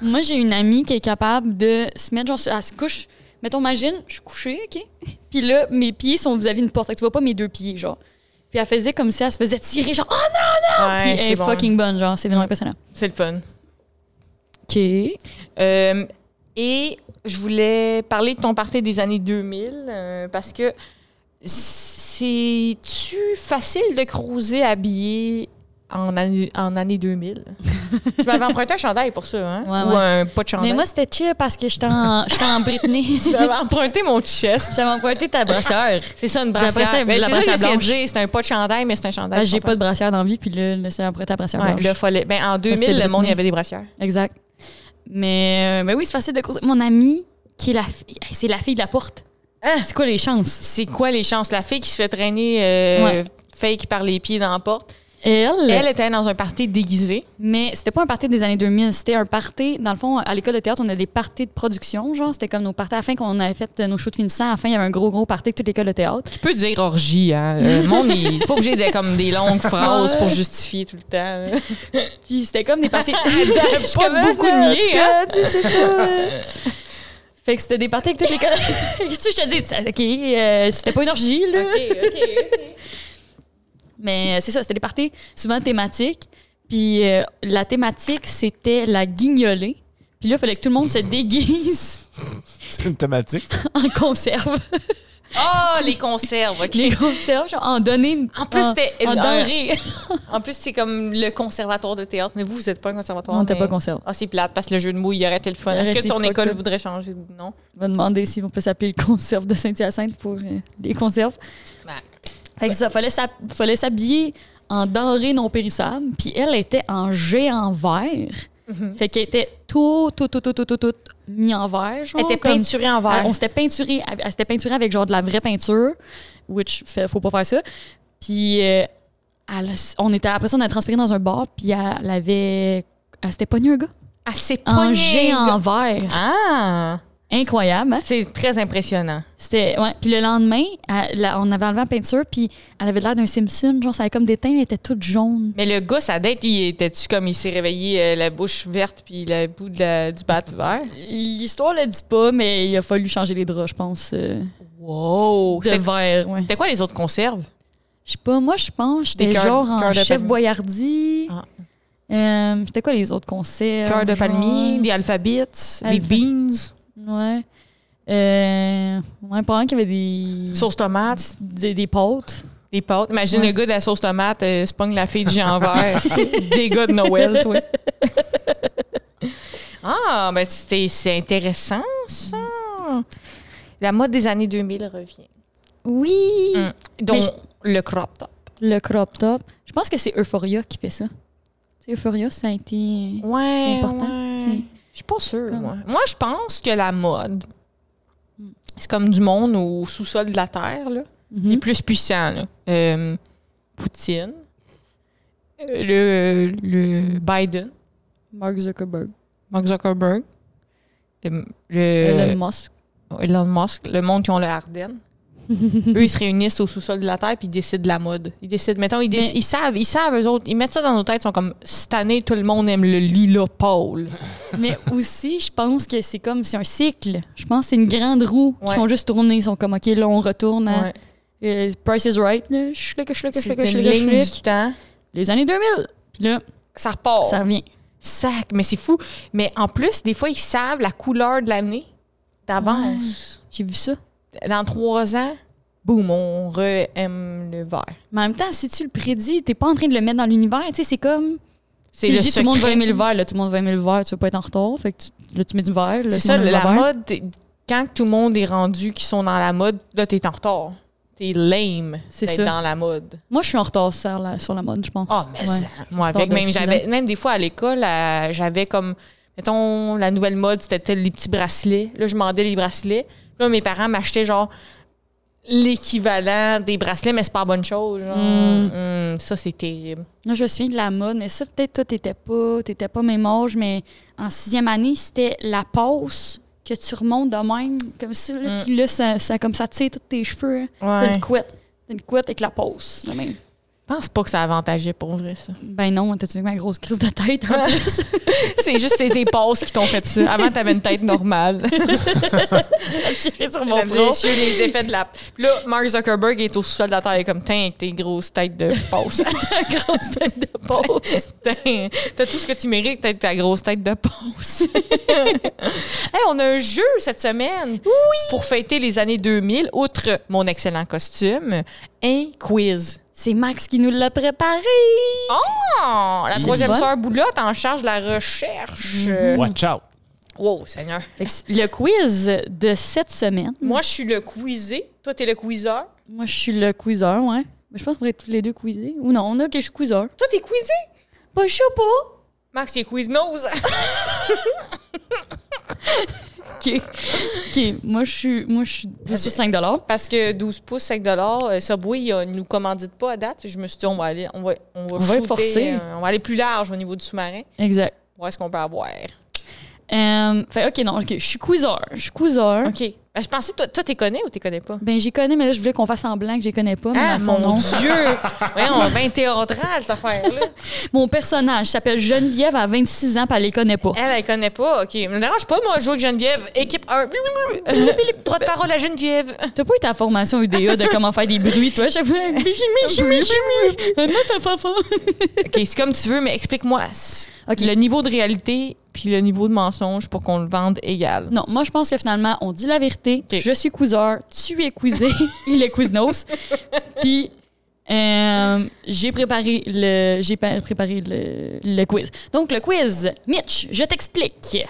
[SPEAKER 2] Moi, j'ai une amie qui est capable de se mettre, genre, elle se couche. Mettons, imagine, je suis couchée, OK? Puis là, mes pieds sont vis-à-vis d'une porte. Fait que tu vois pas mes deux pieds, genre. Puis elle faisait comme si elle se faisait tirer, genre, oh, puis
[SPEAKER 1] Ouais,
[SPEAKER 2] elle
[SPEAKER 1] c'est
[SPEAKER 2] est
[SPEAKER 1] bon.
[SPEAKER 2] fucking bonne, genre, c'est vraiment impressionnant.
[SPEAKER 1] C'est le fun.
[SPEAKER 2] OK.
[SPEAKER 1] Euh, et je voulais parler de ton party des années 2000 euh, parce que c'est-tu facile de cruiser habillé en année, en année 2000. tu m'avais emprunté un chandail pour ça, hein?
[SPEAKER 2] Ouais,
[SPEAKER 1] Ou
[SPEAKER 2] ouais.
[SPEAKER 1] un pas de chandail.
[SPEAKER 2] Mais moi, c'était chill parce que j'étais en, j'étais en Britney.
[SPEAKER 1] tu m'avais emprunté mon chest.
[SPEAKER 2] J'avais emprunté ta brassière.
[SPEAKER 1] C'est ça, une
[SPEAKER 2] J'ai appelé
[SPEAKER 1] brassière.
[SPEAKER 2] ça
[SPEAKER 1] Ben,
[SPEAKER 2] la
[SPEAKER 1] c'est ça que
[SPEAKER 2] brassière
[SPEAKER 1] j'essayais de Ah,
[SPEAKER 2] blanche.
[SPEAKER 1] dire. C'est un pas de chandail, mais c'est un chandail.
[SPEAKER 2] Ben, j'ai
[SPEAKER 1] je
[SPEAKER 2] pas de brassière dans la vie, puis là, je me suis emprunté la brassière
[SPEAKER 1] comprends. Ouais,
[SPEAKER 2] blanche.
[SPEAKER 1] là, fallait- ben, en 2000,
[SPEAKER 2] c'était
[SPEAKER 1] le monde, il y
[SPEAKER 2] Britney.
[SPEAKER 1] avait des brassières.
[SPEAKER 2] Exact. Mais euh, ben oui, c'est facile de causer. Mon amie, qui est la fi- hey, c'est la fille de la porte. C'est quoi les chances?
[SPEAKER 1] C'est quoi les chances? La fille qui se fait traîner euh,
[SPEAKER 2] Ouais.
[SPEAKER 1] fake par les pieds dans la porte.
[SPEAKER 2] Elle,
[SPEAKER 1] Elle était dans un party déguisé.
[SPEAKER 2] mais c'était pas un party des années 2000, c'était un party, dans le fond, à l'école de théâtre, on a des parties de production, genre, c'était comme nos parties, à la fin qu'on avait fait euh, nos shows de finissant, à la fin, il y avait un gros, gros party avec toute l'école de théâtre.
[SPEAKER 1] Tu peux dire orgie, hein? Le monde, il t'es pas obligé d'être comme des longues phrases pour justifier tout le temps. là.
[SPEAKER 2] Puis c'était comme des parties...
[SPEAKER 1] Pas beaucoup de nier,
[SPEAKER 2] hein? Tu sais, c'est pas... euh, Fait que c'était des parties avec toute l'école... Qu'est-ce que je te dis? Ça- OK, euh, c'était pas une orgie, là. Mais euh, c'est ça, c'était des parties souvent thématiques. Puis euh, la thématique, c'était la guignolée. Puis là, il fallait que tout le monde se déguise
[SPEAKER 4] C'est une thématique. ça.
[SPEAKER 2] en conserve.
[SPEAKER 1] Ah, les conserves, OK.
[SPEAKER 2] Les conserves, genre, en donner.
[SPEAKER 1] En plus, c'était
[SPEAKER 2] en
[SPEAKER 1] un-
[SPEAKER 2] denrées.
[SPEAKER 1] En plus, c'est comme le conservatoire de théâtre, mais vous, vous n'êtes pas un conservatoire.
[SPEAKER 2] Non, t'as
[SPEAKER 1] mais-
[SPEAKER 2] pas conserve.
[SPEAKER 1] Ah, c'est plate, parce que le jeu de mots, il aurait été le fun.
[SPEAKER 2] Il aurait
[SPEAKER 1] Est-ce que
[SPEAKER 2] été
[SPEAKER 1] ton
[SPEAKER 2] fucked
[SPEAKER 1] école
[SPEAKER 2] up.
[SPEAKER 1] voudrait changer de nom?
[SPEAKER 2] On va demander si on peut s'appeler le conserve de Saint-Hyacinthe pour euh, les conserves.
[SPEAKER 1] Ben.
[SPEAKER 2] Fait que ça, fallait s'hab- fallait s'habiller en denrées non périssables. Puis elle était en géant vert.
[SPEAKER 1] Mhm.
[SPEAKER 2] Fait qu'elle était tout, tout, tout, tout, tout, tout, tout mis en vert. Genre,
[SPEAKER 1] Elle était
[SPEAKER 2] comme-
[SPEAKER 1] peinturée en
[SPEAKER 2] Elle-
[SPEAKER 1] vert.
[SPEAKER 2] On s'était peinturé, elle elle s'était peinturée avec genre de la vraie peinture, which fait- faut pas faire ça. Puis euh, elle- on était après ça on a transpiré dans un bar, puis elle, elle avait elle s'était pognée un gars
[SPEAKER 1] Ah, c'est pas
[SPEAKER 2] en géant vert.
[SPEAKER 1] Ah!
[SPEAKER 2] Incroyable. hein?
[SPEAKER 1] C'est très impressionnant.
[SPEAKER 2] C'était ouais, puis le lendemain, elle- la- on avait enlevé la peinture puis elle avait l'air d'un Simpson, genre ça avait comme des teintes, elle était toute jaune.
[SPEAKER 1] Mais le gars, sa date, il était-tu comme il s'est réveillé euh, la bouche verte puis le bout de la- du bat vert?
[SPEAKER 2] L'histoire le dit pas mais il a fallu changer les draps, je pense. euh,
[SPEAKER 1] Wow!
[SPEAKER 2] de
[SPEAKER 1] Oh, C'était
[SPEAKER 2] vert, ouais.
[SPEAKER 1] c'était quoi les autres conserves?
[SPEAKER 2] Je sais pas, moi je pense, j'étais
[SPEAKER 1] Des cœurs-
[SPEAKER 2] genre en
[SPEAKER 1] cœurs de
[SPEAKER 2] chef
[SPEAKER 1] palmier.
[SPEAKER 2] boyardie.
[SPEAKER 1] Ah.
[SPEAKER 2] Euh, c'était quoi les autres concerts?
[SPEAKER 1] Cœur de
[SPEAKER 2] genre?
[SPEAKER 1] palmier, des alphabets, des
[SPEAKER 2] Alpha-
[SPEAKER 1] beans,
[SPEAKER 2] Ouais. Euh, ouais, probablement qu'il y avait des.
[SPEAKER 1] sauce tomate.
[SPEAKER 2] Des, des pâtes.
[SPEAKER 1] Des pâtes. Imagine
[SPEAKER 2] Ouais.
[SPEAKER 1] le gars de la sauce tomate, euh, se pogne la fille du Jean Vert. des gars de Noël, toi. ah, ben c'était- c'est intéressant, ça. La mode des années 2000 revient.
[SPEAKER 2] Oui!
[SPEAKER 1] Mm. Donc,
[SPEAKER 2] Mais
[SPEAKER 1] le crop top.
[SPEAKER 2] Le crop top. Je pense que c'est Euphoria qui fait ça. C'est Euphoria, ça a été.
[SPEAKER 1] Ouais,
[SPEAKER 2] C'est important.
[SPEAKER 1] ouais.
[SPEAKER 2] C'est-
[SPEAKER 1] Je suis pas sûre,
[SPEAKER 2] Comme-
[SPEAKER 1] moi. Moi, je pense que la mode, c'est comme du monde au sous-sol de la Terre, là.
[SPEAKER 2] Mhm.
[SPEAKER 1] les plus puissants. Là. Euh, Poutine, euh, le, le Biden,
[SPEAKER 2] Mark Zuckerberg.
[SPEAKER 1] Mark Zuckerberg, le, le-
[SPEAKER 2] Elon Musk.
[SPEAKER 1] Elon Musk, le monde qui ont le Arden. eux, ils se réunissent au sous-sol de la Terre puis ils décident la mode. Ils décident, mettons, ils, déc-
[SPEAKER 2] Mais-
[SPEAKER 1] ils savent, ils savent, eux autres, ils mettent ça dans nos têtes, ils sont comme, cette année, tout le monde aime le lila pôle.
[SPEAKER 2] Mais aussi, je pense que c'est comme. C'est un cycle. Je pense que c'est une grande roue
[SPEAKER 1] Ouais.
[SPEAKER 2] qui sont juste tournées. Ils sont comme, OK, là, on retourne à.
[SPEAKER 1] Ouais.
[SPEAKER 2] euh, Price is right. Là. Chlic, chlic,
[SPEAKER 1] C'est
[SPEAKER 2] chlic,
[SPEAKER 1] une
[SPEAKER 2] chlic,
[SPEAKER 1] ligne
[SPEAKER 2] chlic.
[SPEAKER 1] du temps.
[SPEAKER 2] les années 2000. Puis là,
[SPEAKER 1] Ça repart.
[SPEAKER 2] ça revient.
[SPEAKER 1] Sac, mais c'est fou. Mais en plus, des fois, ils savent la couleur de l'année d'avance.
[SPEAKER 2] J'ai vu ça.
[SPEAKER 1] dans trois ans, boum, on re-aime le vert.
[SPEAKER 2] Mais en même temps, si tu le prédis, t'es pas en train de le mettre dans l'univers. Tu sais, c'est comme.
[SPEAKER 1] C'est
[SPEAKER 2] si
[SPEAKER 1] le
[SPEAKER 2] je dis tout le monde va
[SPEAKER 1] secret.
[SPEAKER 2] aimer le vert, là, tout le monde va aimer le vert, tu veux pas être en retard. Fait que tu, là, tu mets du vert. là,
[SPEAKER 1] C'est
[SPEAKER 2] tout
[SPEAKER 1] ça,
[SPEAKER 2] le monde aime
[SPEAKER 1] la
[SPEAKER 2] le vert.
[SPEAKER 1] mode, t'es- quand tout le monde est rendu, qui sont dans la mode, là, t'es en retard. T'es lame
[SPEAKER 2] C'est
[SPEAKER 1] d'être
[SPEAKER 2] ça.
[SPEAKER 1] dans la mode.
[SPEAKER 2] Moi, je suis en retard sur la, sur la mode, je pense.
[SPEAKER 1] Ah, mais
[SPEAKER 2] Ouais.
[SPEAKER 1] ça, Moi,
[SPEAKER 2] Retard
[SPEAKER 1] avec,
[SPEAKER 2] de
[SPEAKER 1] même,
[SPEAKER 2] six
[SPEAKER 1] j'avais, même des fois à l'école, à- j'avais comme, mettons, la nouvelle mode, c'était tel- les petits bracelets. Là, je mandais les bracelets. Là, mes parents m'achetaient genre l'équivalent des bracelets, mais c'est pas la bonne chose. genre. Hum, ça, c'est terrible.
[SPEAKER 2] Moi, je me souviens de la mode, mais ça, peut-être, toi, t'étais pas, t'étais pas même âge, mais en sixième année, c'était la pause que tu remontes de même, comme ça, là,
[SPEAKER 1] Mm.
[SPEAKER 2] puis là, ça, ça, comme ça tire tous tes cheveux. hein. T'as
[SPEAKER 1] Ouais.
[SPEAKER 2] une couette. T'as une couette avec la pause. de même.
[SPEAKER 1] Je pense pas que ça avantageait pour vrai, ça.
[SPEAKER 2] Ben non, t'as-tu vu ma grosse crise de tête en plus?
[SPEAKER 1] C'est juste c'est tes passes qui t'ont fait ça. Avant, t'avais une tête normale.
[SPEAKER 2] Ça tirait sur
[SPEAKER 1] Mon
[SPEAKER 2] mon front.
[SPEAKER 1] les effets de la... Puis là, Mark Zuckerberg est au sous-sol de la Terre il est comme « Tiens, avec tes grosses têtes de passe.
[SPEAKER 2] grosse tête de pause. »
[SPEAKER 1] Tiens, T'as tout ce que tu mérites d'être ta grosse tête de passe. Hey, on a un jeu cette semaine pour fêter les années 2000. Outre mon excellent costume, un quiz.
[SPEAKER 2] C'est Max qui nous l'a préparé.
[SPEAKER 1] Oh! La
[SPEAKER 4] Il est
[SPEAKER 1] troisième
[SPEAKER 2] bon.
[SPEAKER 1] sœur Boulotte en charge de la recherche.
[SPEAKER 4] Watch out.
[SPEAKER 1] Wow, Seigneur.
[SPEAKER 2] Fait que c'est le quiz de cette semaine.
[SPEAKER 1] Moi, je suis le quizé. Toi, t'es le quizeur.
[SPEAKER 2] Moi, je suis le quizeur, ouais. Mais je pense qu'on pourrait être tous les deux quizés. Ou non, on a que je suis quizeur.
[SPEAKER 1] Toi, t'es quizé?
[SPEAKER 2] Bah, je sais pas.
[SPEAKER 1] Max, t'es quiz nose.
[SPEAKER 2] OK. OK, moi, je suis, moi, je
[SPEAKER 1] Ah,
[SPEAKER 2] suis je suis sur 5
[SPEAKER 1] Parce que 12 pouces, 5 euh, Subway, ils euh, nous commandite pas à date. Puis Je me suis dit, on va aller, on va, on va,
[SPEAKER 2] On va
[SPEAKER 1] shooter,
[SPEAKER 2] forcer.
[SPEAKER 1] euh, on va aller plus large au niveau du sous-marin.
[SPEAKER 2] Exact.
[SPEAKER 1] Où est-ce qu'on peut avoir?
[SPEAKER 2] Euh, fait, OK, non, OK, je suis quizeur. Je suis quizeur.
[SPEAKER 1] OK. Ben, je pensais, toi, toi, t'es connais ou t'es connais pas?
[SPEAKER 2] Ben, j'y connais, mais là, je voulais qu'on fasse semblant que j'y connais pas. Mais
[SPEAKER 1] Ah,
[SPEAKER 2] dans le fond,
[SPEAKER 1] mon
[SPEAKER 2] non.
[SPEAKER 1] Dieu! Voyons, on bien théâtral, cette affaire-là.
[SPEAKER 2] Mon personnage s'appelle Geneviève à 26 ans, puis elle les connaît pas.
[SPEAKER 1] Elle, elle connaît pas. OK. Mais dérange pas, moi, jouer avec Geneviève. Équipe 1. Droit de parole à Geneviève.
[SPEAKER 2] T'as pas eu ta formation UDA de comment faire des bruits, toi? J'avoue, OK,
[SPEAKER 1] OK, c'est comme tu veux, mais explique-moi. Le niveau de réalité puis le niveau de mensonge pour qu'on le vende égal.
[SPEAKER 2] Non, moi, je pense que finalement, on dit la vérité.
[SPEAKER 1] Ok.
[SPEAKER 2] Je suis couseur, tu es cousé, il est cousinos. Puis, euh, j'ai préparé le j'ai pa- préparé le, le quiz. Donc, le quiz. Mitch, je t'explique.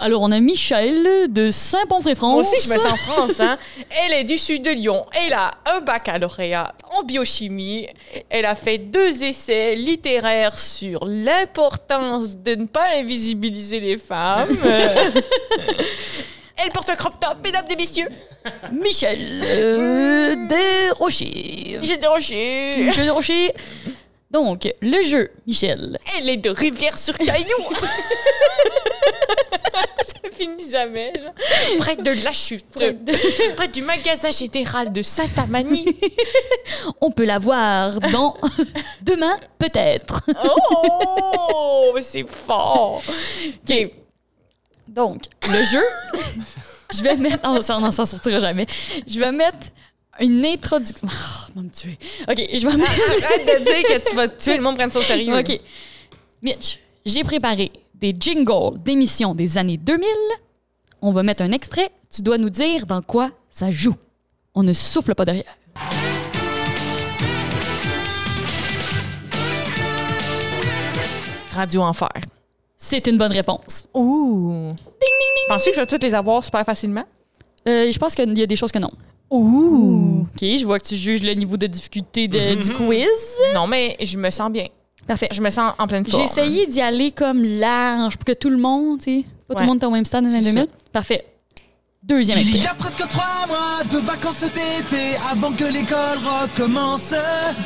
[SPEAKER 2] Alors, on a Michel de
[SPEAKER 1] Moi
[SPEAKER 2] Saint-Pont-Fréfrance.
[SPEAKER 1] aussi, je me sens en France, hein. Elle est du sud de Lyon. Elle a un baccalauréat en biochimie. Elle a fait deux essais littéraires sur l'importance de ne pas invisibiliser les femmes. Euh, Elle porte un crop top, mesdames et messieurs.
[SPEAKER 2] Michel euh, Desrochers.
[SPEAKER 1] J'ai dérangé.
[SPEAKER 2] Michel Desrochers. Donc, le jeu, Michel.
[SPEAKER 1] Elle est de rivière sur caillou. Ça finit jamais. là. Près de la chute. Près, du magasin général de Saint-Amanie.
[SPEAKER 2] On peut la voir dans demain, peut-être.
[SPEAKER 1] Oh, c'est fort. OK.
[SPEAKER 2] Donc, le jeu, je vais mettre. Oh, ça, on n'en s'en sortira jamais. Je vais mettre une introduction. Oh, va me tuer. OK, je vais mettre.
[SPEAKER 1] Arrête de dire que tu vas tuer le monde, prenne ça au sérieux.
[SPEAKER 2] OK. Mitch, j'ai préparé des jingles d'émissions des années 2000. On va mettre un extrait. Tu dois nous dire dans quoi ça joue. On ne souffle pas derrière.
[SPEAKER 1] Radio Enfer.
[SPEAKER 2] C'est une bonne réponse.
[SPEAKER 1] Ouh. Penses-tu que je vais toutes les avoir super facilement?
[SPEAKER 2] Euh, je pense qu'il y a des choses que non.
[SPEAKER 1] Ouh.
[SPEAKER 2] OK, je vois que tu juges le niveau de difficulté de- du quiz.
[SPEAKER 1] Non, mais je me sens bien.
[SPEAKER 2] Parfait.
[SPEAKER 1] Je me sens en pleine forme.
[SPEAKER 2] J'ai essayé d'y aller comme large pour que tout le monde, tu sais, pas tout
[SPEAKER 1] hein. Ouais.
[SPEAKER 2] le monde est au même stade dans les années
[SPEAKER 1] C'est
[SPEAKER 2] 2000. Parfait. Deuxième
[SPEAKER 5] Il
[SPEAKER 2] extrait.
[SPEAKER 5] y a presque trois mois de vacances d'été avant que l'école recommence.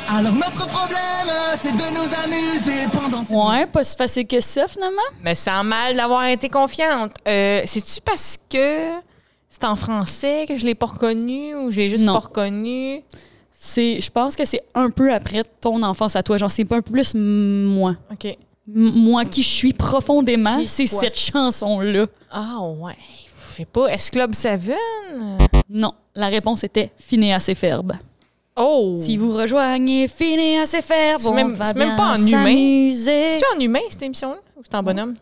[SPEAKER 5] Alors notre problème, c'est de nous amuser pendant ces
[SPEAKER 2] Ouais, pas si facile que ça finalement.
[SPEAKER 1] Me sens mal d'avoir été confiante. Euh, C'est-tu parce que c'est en français que je l'ai pas reconnu ou je l'ai juste
[SPEAKER 2] Non.
[SPEAKER 1] pas reconnu?
[SPEAKER 2] C'est, je pense que c'est un peu après ton enfance à toi. Genre, c'est pas un peu plus moi.
[SPEAKER 1] OK.
[SPEAKER 2] M- Moi qui je suis profondément,
[SPEAKER 1] Qui,
[SPEAKER 2] c'est
[SPEAKER 1] toi?
[SPEAKER 2] cette chanson-là.
[SPEAKER 1] Ah, ouais. Je sais pas. Est-ce Club Seven?
[SPEAKER 2] Non, la réponse était Phineas et Ferb.
[SPEAKER 1] Oh!
[SPEAKER 2] Si vous rejoignez Phineas et Ferb,
[SPEAKER 1] C'est
[SPEAKER 2] on
[SPEAKER 1] même-
[SPEAKER 2] va
[SPEAKER 1] c'est même
[SPEAKER 2] bien
[SPEAKER 1] pas en humain.
[SPEAKER 2] s'amuser.
[SPEAKER 1] C'est-tu en humain, cette émission-là? Ou c'est en bonhomme?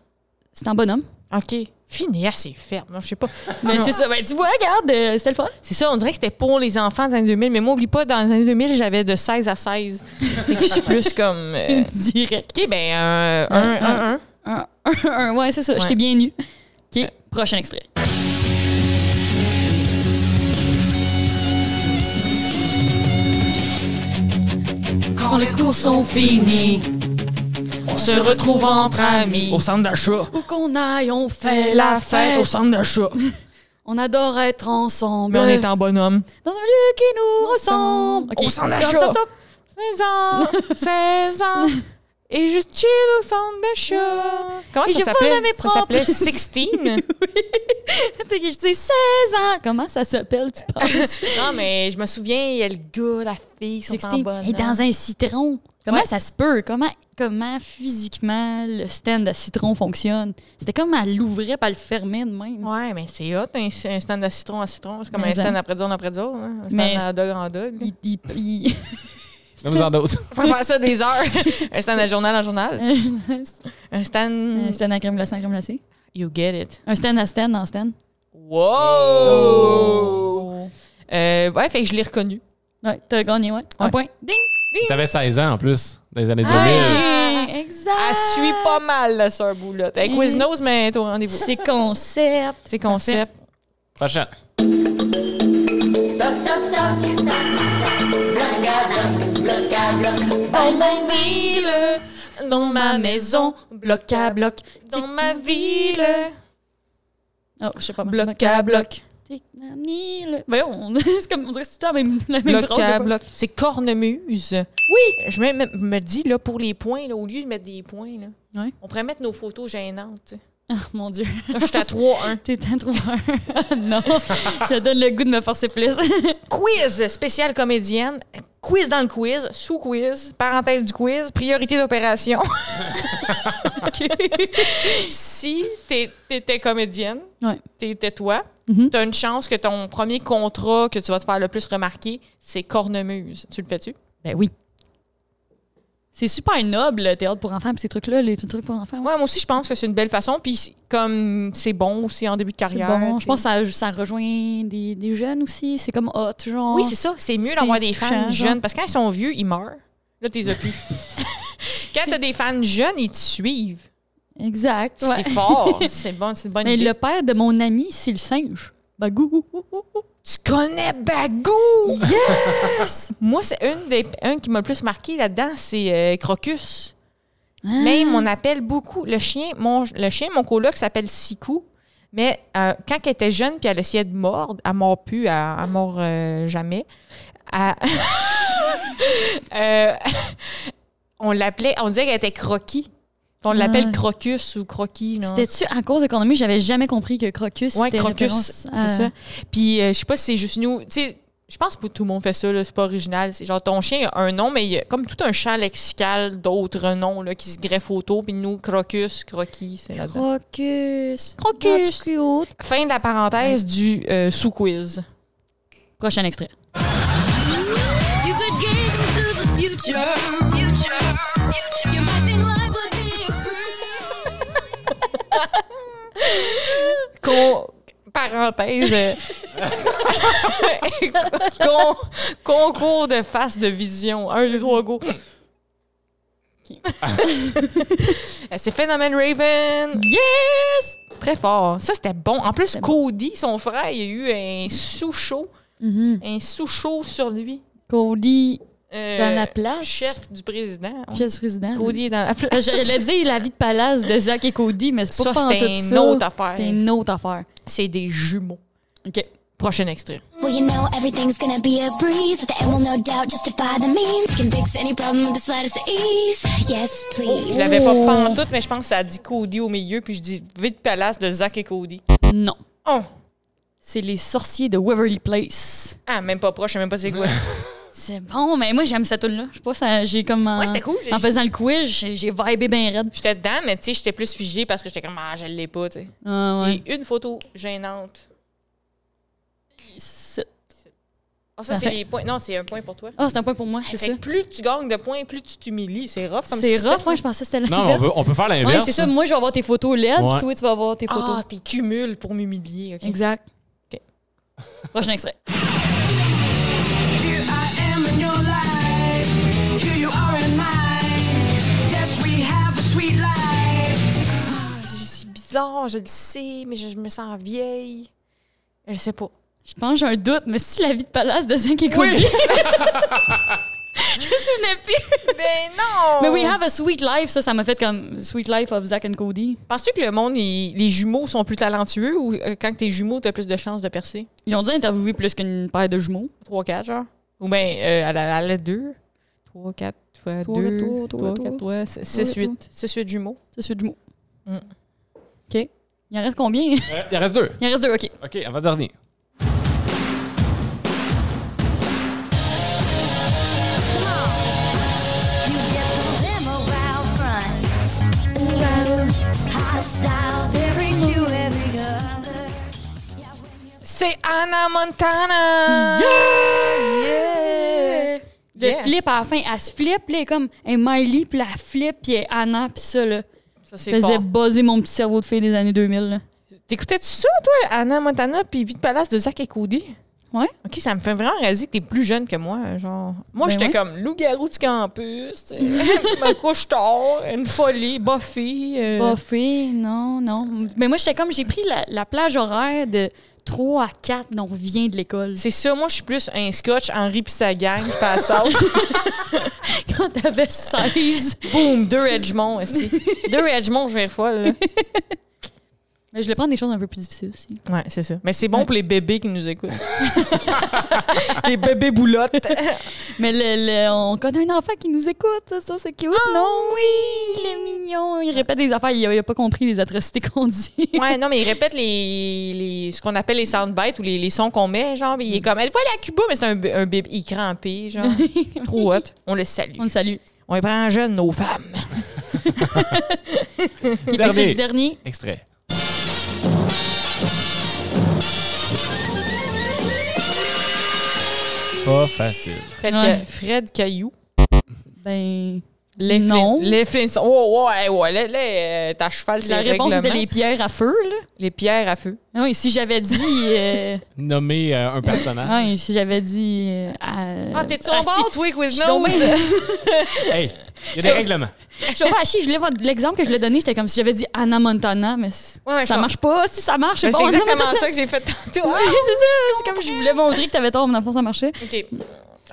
[SPEAKER 2] C'est un bonhomme.
[SPEAKER 1] OK. Phineas, c'est ferme. Ah Non, je sais pas.
[SPEAKER 2] Mais c'est ça. Ben, tu vois, regarde, euh, c'était le fun.
[SPEAKER 1] C'est ça, on dirait que c'était pour les enfants des années 2000, mais moi, oublie pas, dans les années 2000, j'avais de 16 à 16. Fait que je suis plus comme. euh,
[SPEAKER 2] Direct.
[SPEAKER 1] OK, ben, euh, un,
[SPEAKER 2] Un,
[SPEAKER 1] un, un.
[SPEAKER 2] Un, un, un, ouais, c'est ça. Je
[SPEAKER 1] Ouais.
[SPEAKER 2] t'ai bien nu. OK, prochain extrait. Quand les cours sont finis,
[SPEAKER 1] On se retrouve entre amis.
[SPEAKER 5] centre d'achat.
[SPEAKER 2] où qu'on aille, on fait la fête.
[SPEAKER 5] centre d'achat.
[SPEAKER 2] On adore être ensemble.
[SPEAKER 1] Mais on est en bonhomme.
[SPEAKER 2] dans un lieu qui nous ressemble.
[SPEAKER 5] On s'en
[SPEAKER 2] stop,
[SPEAKER 5] achète.
[SPEAKER 2] stop, stop.
[SPEAKER 1] 16 ans, 16 ans, et juste chill au centre d'achat. Comment
[SPEAKER 2] Et
[SPEAKER 1] ça
[SPEAKER 2] je vole à
[SPEAKER 1] s'appelait?
[SPEAKER 2] mes
[SPEAKER 1] Ça s'appelait
[SPEAKER 2] propres.
[SPEAKER 1] 16.
[SPEAKER 2] Fait que Je dis 16 ans. Comment ça s'appelle, tu penses?
[SPEAKER 1] non, mais je me souviens, il y a le gars, la fille, ils sont en hein.
[SPEAKER 2] 16
[SPEAKER 1] bonhomme.
[SPEAKER 2] Et dans un citron. Comment
[SPEAKER 1] Ouais.
[SPEAKER 2] ça se peut? Comment, comment physiquement le stand à citron fonctionne? C'était comme elle l'ouvrait pas le fermait de même.
[SPEAKER 1] Ouais, mais c'est hot, un, un stand à citron à citron. C'est comme un
[SPEAKER 2] Mais ça-
[SPEAKER 1] stand après zone après zone. Hein. Un stand
[SPEAKER 2] Mais
[SPEAKER 1] à dog en dog.
[SPEAKER 2] Il- il- il-
[SPEAKER 4] Même en d'autres.
[SPEAKER 1] On peut faire ça des heures. un stand à journal en journal. Un stand.
[SPEAKER 2] un stand à crème glacée en crème glacée.
[SPEAKER 1] You get it.
[SPEAKER 2] Un stand à stand en stand.
[SPEAKER 1] Wow! Euh, ouais, fait que je l'ai reconnu.
[SPEAKER 2] Ouais, t'as gagné, ouais. Un
[SPEAKER 1] Ouais.
[SPEAKER 2] point. Ding!
[SPEAKER 4] T'avais 16 ans en plus, dans les années 2000.
[SPEAKER 2] Ah, exact.
[SPEAKER 1] Elle suit pas mal, la sœur Boulotte. Elle est
[SPEAKER 2] Mm.
[SPEAKER 1] Quiznos, mais elle est au rendez-vous.
[SPEAKER 2] C'est concept.
[SPEAKER 1] C'est concept.
[SPEAKER 4] Prochaine.
[SPEAKER 6] Toc, toc, toc, toc, toc. Bloc à bloc, bloc à bloc. Dans mon
[SPEAKER 1] Mobile dans ma maison, bloc à bloc dans ma ville,
[SPEAKER 2] Oh, je sais pas.
[SPEAKER 1] bloc à bloc,
[SPEAKER 2] Tic, nam, ni, le- Voyons, on- c'est comme on dirait que c'est tout le temps la même, la même
[SPEAKER 1] bloc
[SPEAKER 2] phrase. des
[SPEAKER 1] à
[SPEAKER 2] fois.
[SPEAKER 1] bloc. C'est cornemuse. Oui. Je me, me- me dis là pour les points là, au lieu de mettre des points là,
[SPEAKER 2] Ouais.
[SPEAKER 1] on pourrait mettre nos photos gênantes.
[SPEAKER 2] Ah, mon Dieu.
[SPEAKER 1] Là, je suis à 3-1.
[SPEAKER 2] T'es un trouveur. non. Je donne le goût de me forcer plus.
[SPEAKER 1] Quiz spécial comédienne. Quiz dans le quiz, sous quiz, parenthèse du quiz, priorité d'opération. OK. Si t'es- t'étais comédienne,
[SPEAKER 2] Ouais.
[SPEAKER 1] t'étais toi,
[SPEAKER 2] Mhm.
[SPEAKER 1] t'as une chance que ton premier contrat que tu vas te faire le plus remarquer, c'est cornemuse. Tu le fais-tu?
[SPEAKER 2] Ben oui. C'est super noble, le théâtre pour enfants, pis ces trucs-là, les trucs pour enfants.
[SPEAKER 1] Moi, moi aussi, je pense que c'est une belle façon. Puis comme c'est bon aussi en début de
[SPEAKER 2] C'est
[SPEAKER 1] carrière.
[SPEAKER 2] bon.
[SPEAKER 1] tu
[SPEAKER 2] Je
[SPEAKER 1] sais.
[SPEAKER 2] pense que ça, ça rejoint des, des jeunes aussi. C'est comme hot, genre.
[SPEAKER 1] Oui, c'est ça. C'est mieux
[SPEAKER 2] C'est
[SPEAKER 1] d'avoir des fans
[SPEAKER 2] touchant, genre.
[SPEAKER 1] jeunes. Parce que quand ils sont vieux, ils meurent. Là, t'es as plus. quand t'as des fans jeunes, ils te suivent.
[SPEAKER 2] Exact. ouais.
[SPEAKER 1] C'est fort. C'est bon, c'est une bonne
[SPEAKER 2] Mais
[SPEAKER 1] idée.
[SPEAKER 2] le père de mon ami, c'est le singe. Ben, gou, gou, gou, gou, gou.
[SPEAKER 1] Tu connais Bagou! Yes! Moi, c'est une, des, une qui m'a le plus marqué là-dedans, c'est euh, Crocus.
[SPEAKER 2] Ah.
[SPEAKER 1] Même, on appelle beaucoup. Le chien, mon, le chien, mon coloc, s'appelle Sikou. Mais euh, quand elle était jeune puis elle essayait de mordre, elle mord plus, elle, elle mord euh, jamais. Elle- Euh, on l'appelait, on disait qu'elle était croquis. On l'appelle
[SPEAKER 2] Ah.
[SPEAKER 1] Crocus ou Croquis. là.
[SPEAKER 2] C'était-tu à cause d'économie? J'avais jamais compris que Crocus.
[SPEAKER 1] Ouais,
[SPEAKER 2] c'était
[SPEAKER 1] crocus,
[SPEAKER 2] référence Ah.
[SPEAKER 1] c'est
[SPEAKER 2] à-
[SPEAKER 1] ça. Puis euh, je sais pas si c'est juste nous, tu sais, je pense que tout le monde fait ça, là, c'est pas original. C'est genre ton chien a un nom, mais il y a comme tout un champ lexical d'autres noms là, qui se greffent autour, puis nous, crocus, croquis, c'est là-dedans.
[SPEAKER 2] Crocus.
[SPEAKER 1] Crocus.
[SPEAKER 2] That's cute.
[SPEAKER 1] Fin de la parenthèse du euh, sous-quiz.
[SPEAKER 2] Prochain extrait.
[SPEAKER 6] You could gaze into the future. Future, future. You might think life would be cruel.
[SPEAKER 1] Con- Parenthèse. euh, con- Concours de face de vision. Un, deux, trois, go. Euh, C'est Phénomène Raven.
[SPEAKER 2] Yes!
[SPEAKER 1] Très fort. Ça, c'était bon. En plus, Cody, son frère, il a eu un sous-chaud. Un sous-chaud sur lui.
[SPEAKER 2] Cody
[SPEAKER 1] Euh,
[SPEAKER 2] Mm-hmm. dans la place.
[SPEAKER 1] Chef du président.
[SPEAKER 2] Chef du président.
[SPEAKER 1] Cody est dans la
[SPEAKER 2] Euh,
[SPEAKER 1] place.
[SPEAKER 2] J'allais dire la vie de palace de Zach et Cody, mais c'est
[SPEAKER 1] Ça,
[SPEAKER 2] pas en tout
[SPEAKER 1] c'était une
[SPEAKER 2] ça.
[SPEAKER 1] autre affaire.
[SPEAKER 2] C'est une autre affaire.
[SPEAKER 1] C'est des jumeaux.
[SPEAKER 2] OK.
[SPEAKER 1] Prochain extrait.
[SPEAKER 7] Well, you know everything's gonna be a breeze. At the end, will no doubt justify the means. You can fix any problem with the slightest ease. Yes,
[SPEAKER 1] Je
[SPEAKER 7] please.
[SPEAKER 1] l'avais pas
[SPEAKER 2] Oh.
[SPEAKER 1] pantoute, mais je pense que ça a dit Cody au milieu, puis je dis vite palace de Zach et Cody.
[SPEAKER 2] Non.
[SPEAKER 1] Oh!
[SPEAKER 2] C'est les sorciers de Waverly Place.
[SPEAKER 1] Ah, même pas proche, je sais même pas c'est quoi.
[SPEAKER 2] C'est bon, mais moi, j'aime cette tune-là. Je sais pas, ça- j'ai comme... En,
[SPEAKER 1] Ouais, c'était cool, j'ai-
[SPEAKER 2] En faisant le quiz, j'ai j'ai vibé bien raide.
[SPEAKER 1] j'étais dedans, mais tu sais, j'étais plus figée parce que j'étais comme, ah, je l'ai pas, tu sais.
[SPEAKER 2] Ah, ouais.
[SPEAKER 1] Et une photo gênante.
[SPEAKER 2] C'est-
[SPEAKER 1] Ah, ça, c'est
[SPEAKER 2] Parfait.
[SPEAKER 1] les points. Non, c'est un point pour toi.
[SPEAKER 2] Ah, c'est un point pour moi, c'est
[SPEAKER 1] Fait
[SPEAKER 2] ça.
[SPEAKER 1] que plus tu gagnes de points, plus tu t'humilies. C'est rough comme
[SPEAKER 2] C'est
[SPEAKER 1] système.
[SPEAKER 2] rough, ouais, je pensais que c'était
[SPEAKER 4] Non, mais on
[SPEAKER 2] l'inverse.
[SPEAKER 4] peut, on peut faire
[SPEAKER 2] Ouais,
[SPEAKER 4] l'inverse.
[SPEAKER 2] c'est ça. Moi, je vais avoir tes photos LED,
[SPEAKER 4] Ouais.
[SPEAKER 2] puis toi, tu vas avoir tes photos.
[SPEAKER 1] Ah, t'es cumules pour m'humilier. ok.
[SPEAKER 2] Exact.
[SPEAKER 1] Ok.
[SPEAKER 2] Prochain extrait.
[SPEAKER 5] Here I am in your life. Here you are in mine. Yes, we have a sweet life.
[SPEAKER 1] C'est bizarre, je le sais, mais je, je me sens vieille. Je sais pas.
[SPEAKER 2] Je pense que j'ai un doute, mais si la vie de palace de Zach et Cody. je me souvenais plus.
[SPEAKER 1] Mais non!
[SPEAKER 2] Mais hein. we have a sweet life, ça, ça m'a fait comme sweet life of Zach and Cody.
[SPEAKER 1] Penses-tu que le monde, il- les jumeaux sont plus talentueux ou euh, quand t'es jumeau, t'as plus de chances de percer?
[SPEAKER 2] Ils ont dû interviewer plus qu'une paire de jumeaux.
[SPEAKER 1] 3, 4, genre? Ou bien euh, à, la, à la 2? 3, 4 fois
[SPEAKER 2] Trois,
[SPEAKER 1] 2,
[SPEAKER 2] quatre, trois, trois,
[SPEAKER 1] 3,
[SPEAKER 2] trois.
[SPEAKER 1] 4, 3, 6,
[SPEAKER 2] Trois,
[SPEAKER 1] 8. 6, 8 jumeaux.
[SPEAKER 2] Ça, c'est jumeaux.
[SPEAKER 1] Mm.
[SPEAKER 2] OK. Il en reste combien? Il
[SPEAKER 4] Il en reste deux.
[SPEAKER 2] en reste deux, OK.
[SPEAKER 4] OK, avant-dernier.
[SPEAKER 7] You get them around front. Hot styles, every shoe, every color.
[SPEAKER 1] C'est Anna Montana! Yeah! Ah,
[SPEAKER 2] Le
[SPEAKER 1] Yeah.
[SPEAKER 2] flip à la fin, elle se flip, là, elle est comme hey, Miley, puis la flip, puis elle est Anna, puis ça, là.
[SPEAKER 1] Ça,
[SPEAKER 2] Je
[SPEAKER 1] c'est
[SPEAKER 2] faisais
[SPEAKER 1] fort.
[SPEAKER 2] buzzer mon petit cerveau de fille des années 2000, là.
[SPEAKER 1] T'écoutais-tu ça, toi, Anna Montana, puis Vite Palace de Zach et Cody?
[SPEAKER 2] Ouais.
[SPEAKER 1] OK, ça me fait vraiment réaliser que t'es plus jeune que moi. Genre, moi,
[SPEAKER 2] Ben
[SPEAKER 1] j'étais
[SPEAKER 2] ouais.
[SPEAKER 1] comme loup-garou du campus, tu sais. ma couche tard, une folie, Buffy. euh,
[SPEAKER 2] Buffé, non, non. Mais moi, j'étais comme, j'ai pris la, la plage horaire de 3 à 4, donc on revient de l'école.
[SPEAKER 1] C'est ça, moi, je suis plus un scotch, Henri pis sa gang, je passe out.
[SPEAKER 2] Quand t'avais 16.
[SPEAKER 1] Boum, deux Edgemont aussi. deux Edgemont, je vais être folle. là.
[SPEAKER 2] Mais je voulais prendre des choses un peu plus difficiles aussi.
[SPEAKER 1] Ouais, c'est ça. Mais c'est bon pour les bébés qui nous écoutent. les bébés boulottes.
[SPEAKER 2] Mais le, le- on connaît un enfant qui nous écoute, ça, ça, c'est cute, non? Ah Oui, il est mignon. Il répète des affaires, il a, il a pas compris les atrocités qu'on dit.
[SPEAKER 1] Ouais, non, mais il répète les, les- ce qu'on appelle les soundbites ou les, les sons qu'on met, genre. mais Il est comme, elle va aller à Cuba, mais c'est un, b- un bébé. Il crampé, genre. Trop hot. On le salue.
[SPEAKER 2] On le salue.
[SPEAKER 1] On les prend en jeune, nos femmes.
[SPEAKER 2] Fait que C'est le dernier.
[SPEAKER 4] Extrait. Pas facile.
[SPEAKER 1] Fred,
[SPEAKER 2] Ouais.
[SPEAKER 1] Ca- Fred Caillou.
[SPEAKER 2] Ben,
[SPEAKER 1] Les
[SPEAKER 2] Non.
[SPEAKER 1] Flin- Les Flintstones. Oh, ouais, ouais. Là, là, euh, ta cheval, c'est
[SPEAKER 2] la réponse c'était
[SPEAKER 1] règlement.
[SPEAKER 2] les pierres à feu, là.
[SPEAKER 1] les pierres à feu.
[SPEAKER 2] Ah Oui, si j'avais dit. euh,
[SPEAKER 4] Nommer euh, un personnage.
[SPEAKER 2] ah oui, si j'avais dit. euh, à-
[SPEAKER 1] Ah, t'es-tu
[SPEAKER 2] à
[SPEAKER 1] en
[SPEAKER 2] si-
[SPEAKER 1] bord, Twig with
[SPEAKER 2] Je suis tombée-
[SPEAKER 1] Nose?
[SPEAKER 4] hey, il y a des règlements.
[SPEAKER 2] Je suis pas à chier, Ah, je voulais voir l'exemple que je voulais donner, j'étais comme si j'avais dit Anna Montana, mais c-
[SPEAKER 1] Ouais, ouais, je
[SPEAKER 2] ça marche pas. Si ça marche,
[SPEAKER 1] Mais
[SPEAKER 2] bon,
[SPEAKER 1] C'est
[SPEAKER 2] Anna
[SPEAKER 1] exactement
[SPEAKER 2] Montana.
[SPEAKER 1] ça que j'ai fait tantôt.
[SPEAKER 2] Oui, c'est ça. C'est comme je voulais montrer que t'avais tort, mais dans le fond, ça marchait.
[SPEAKER 1] OK.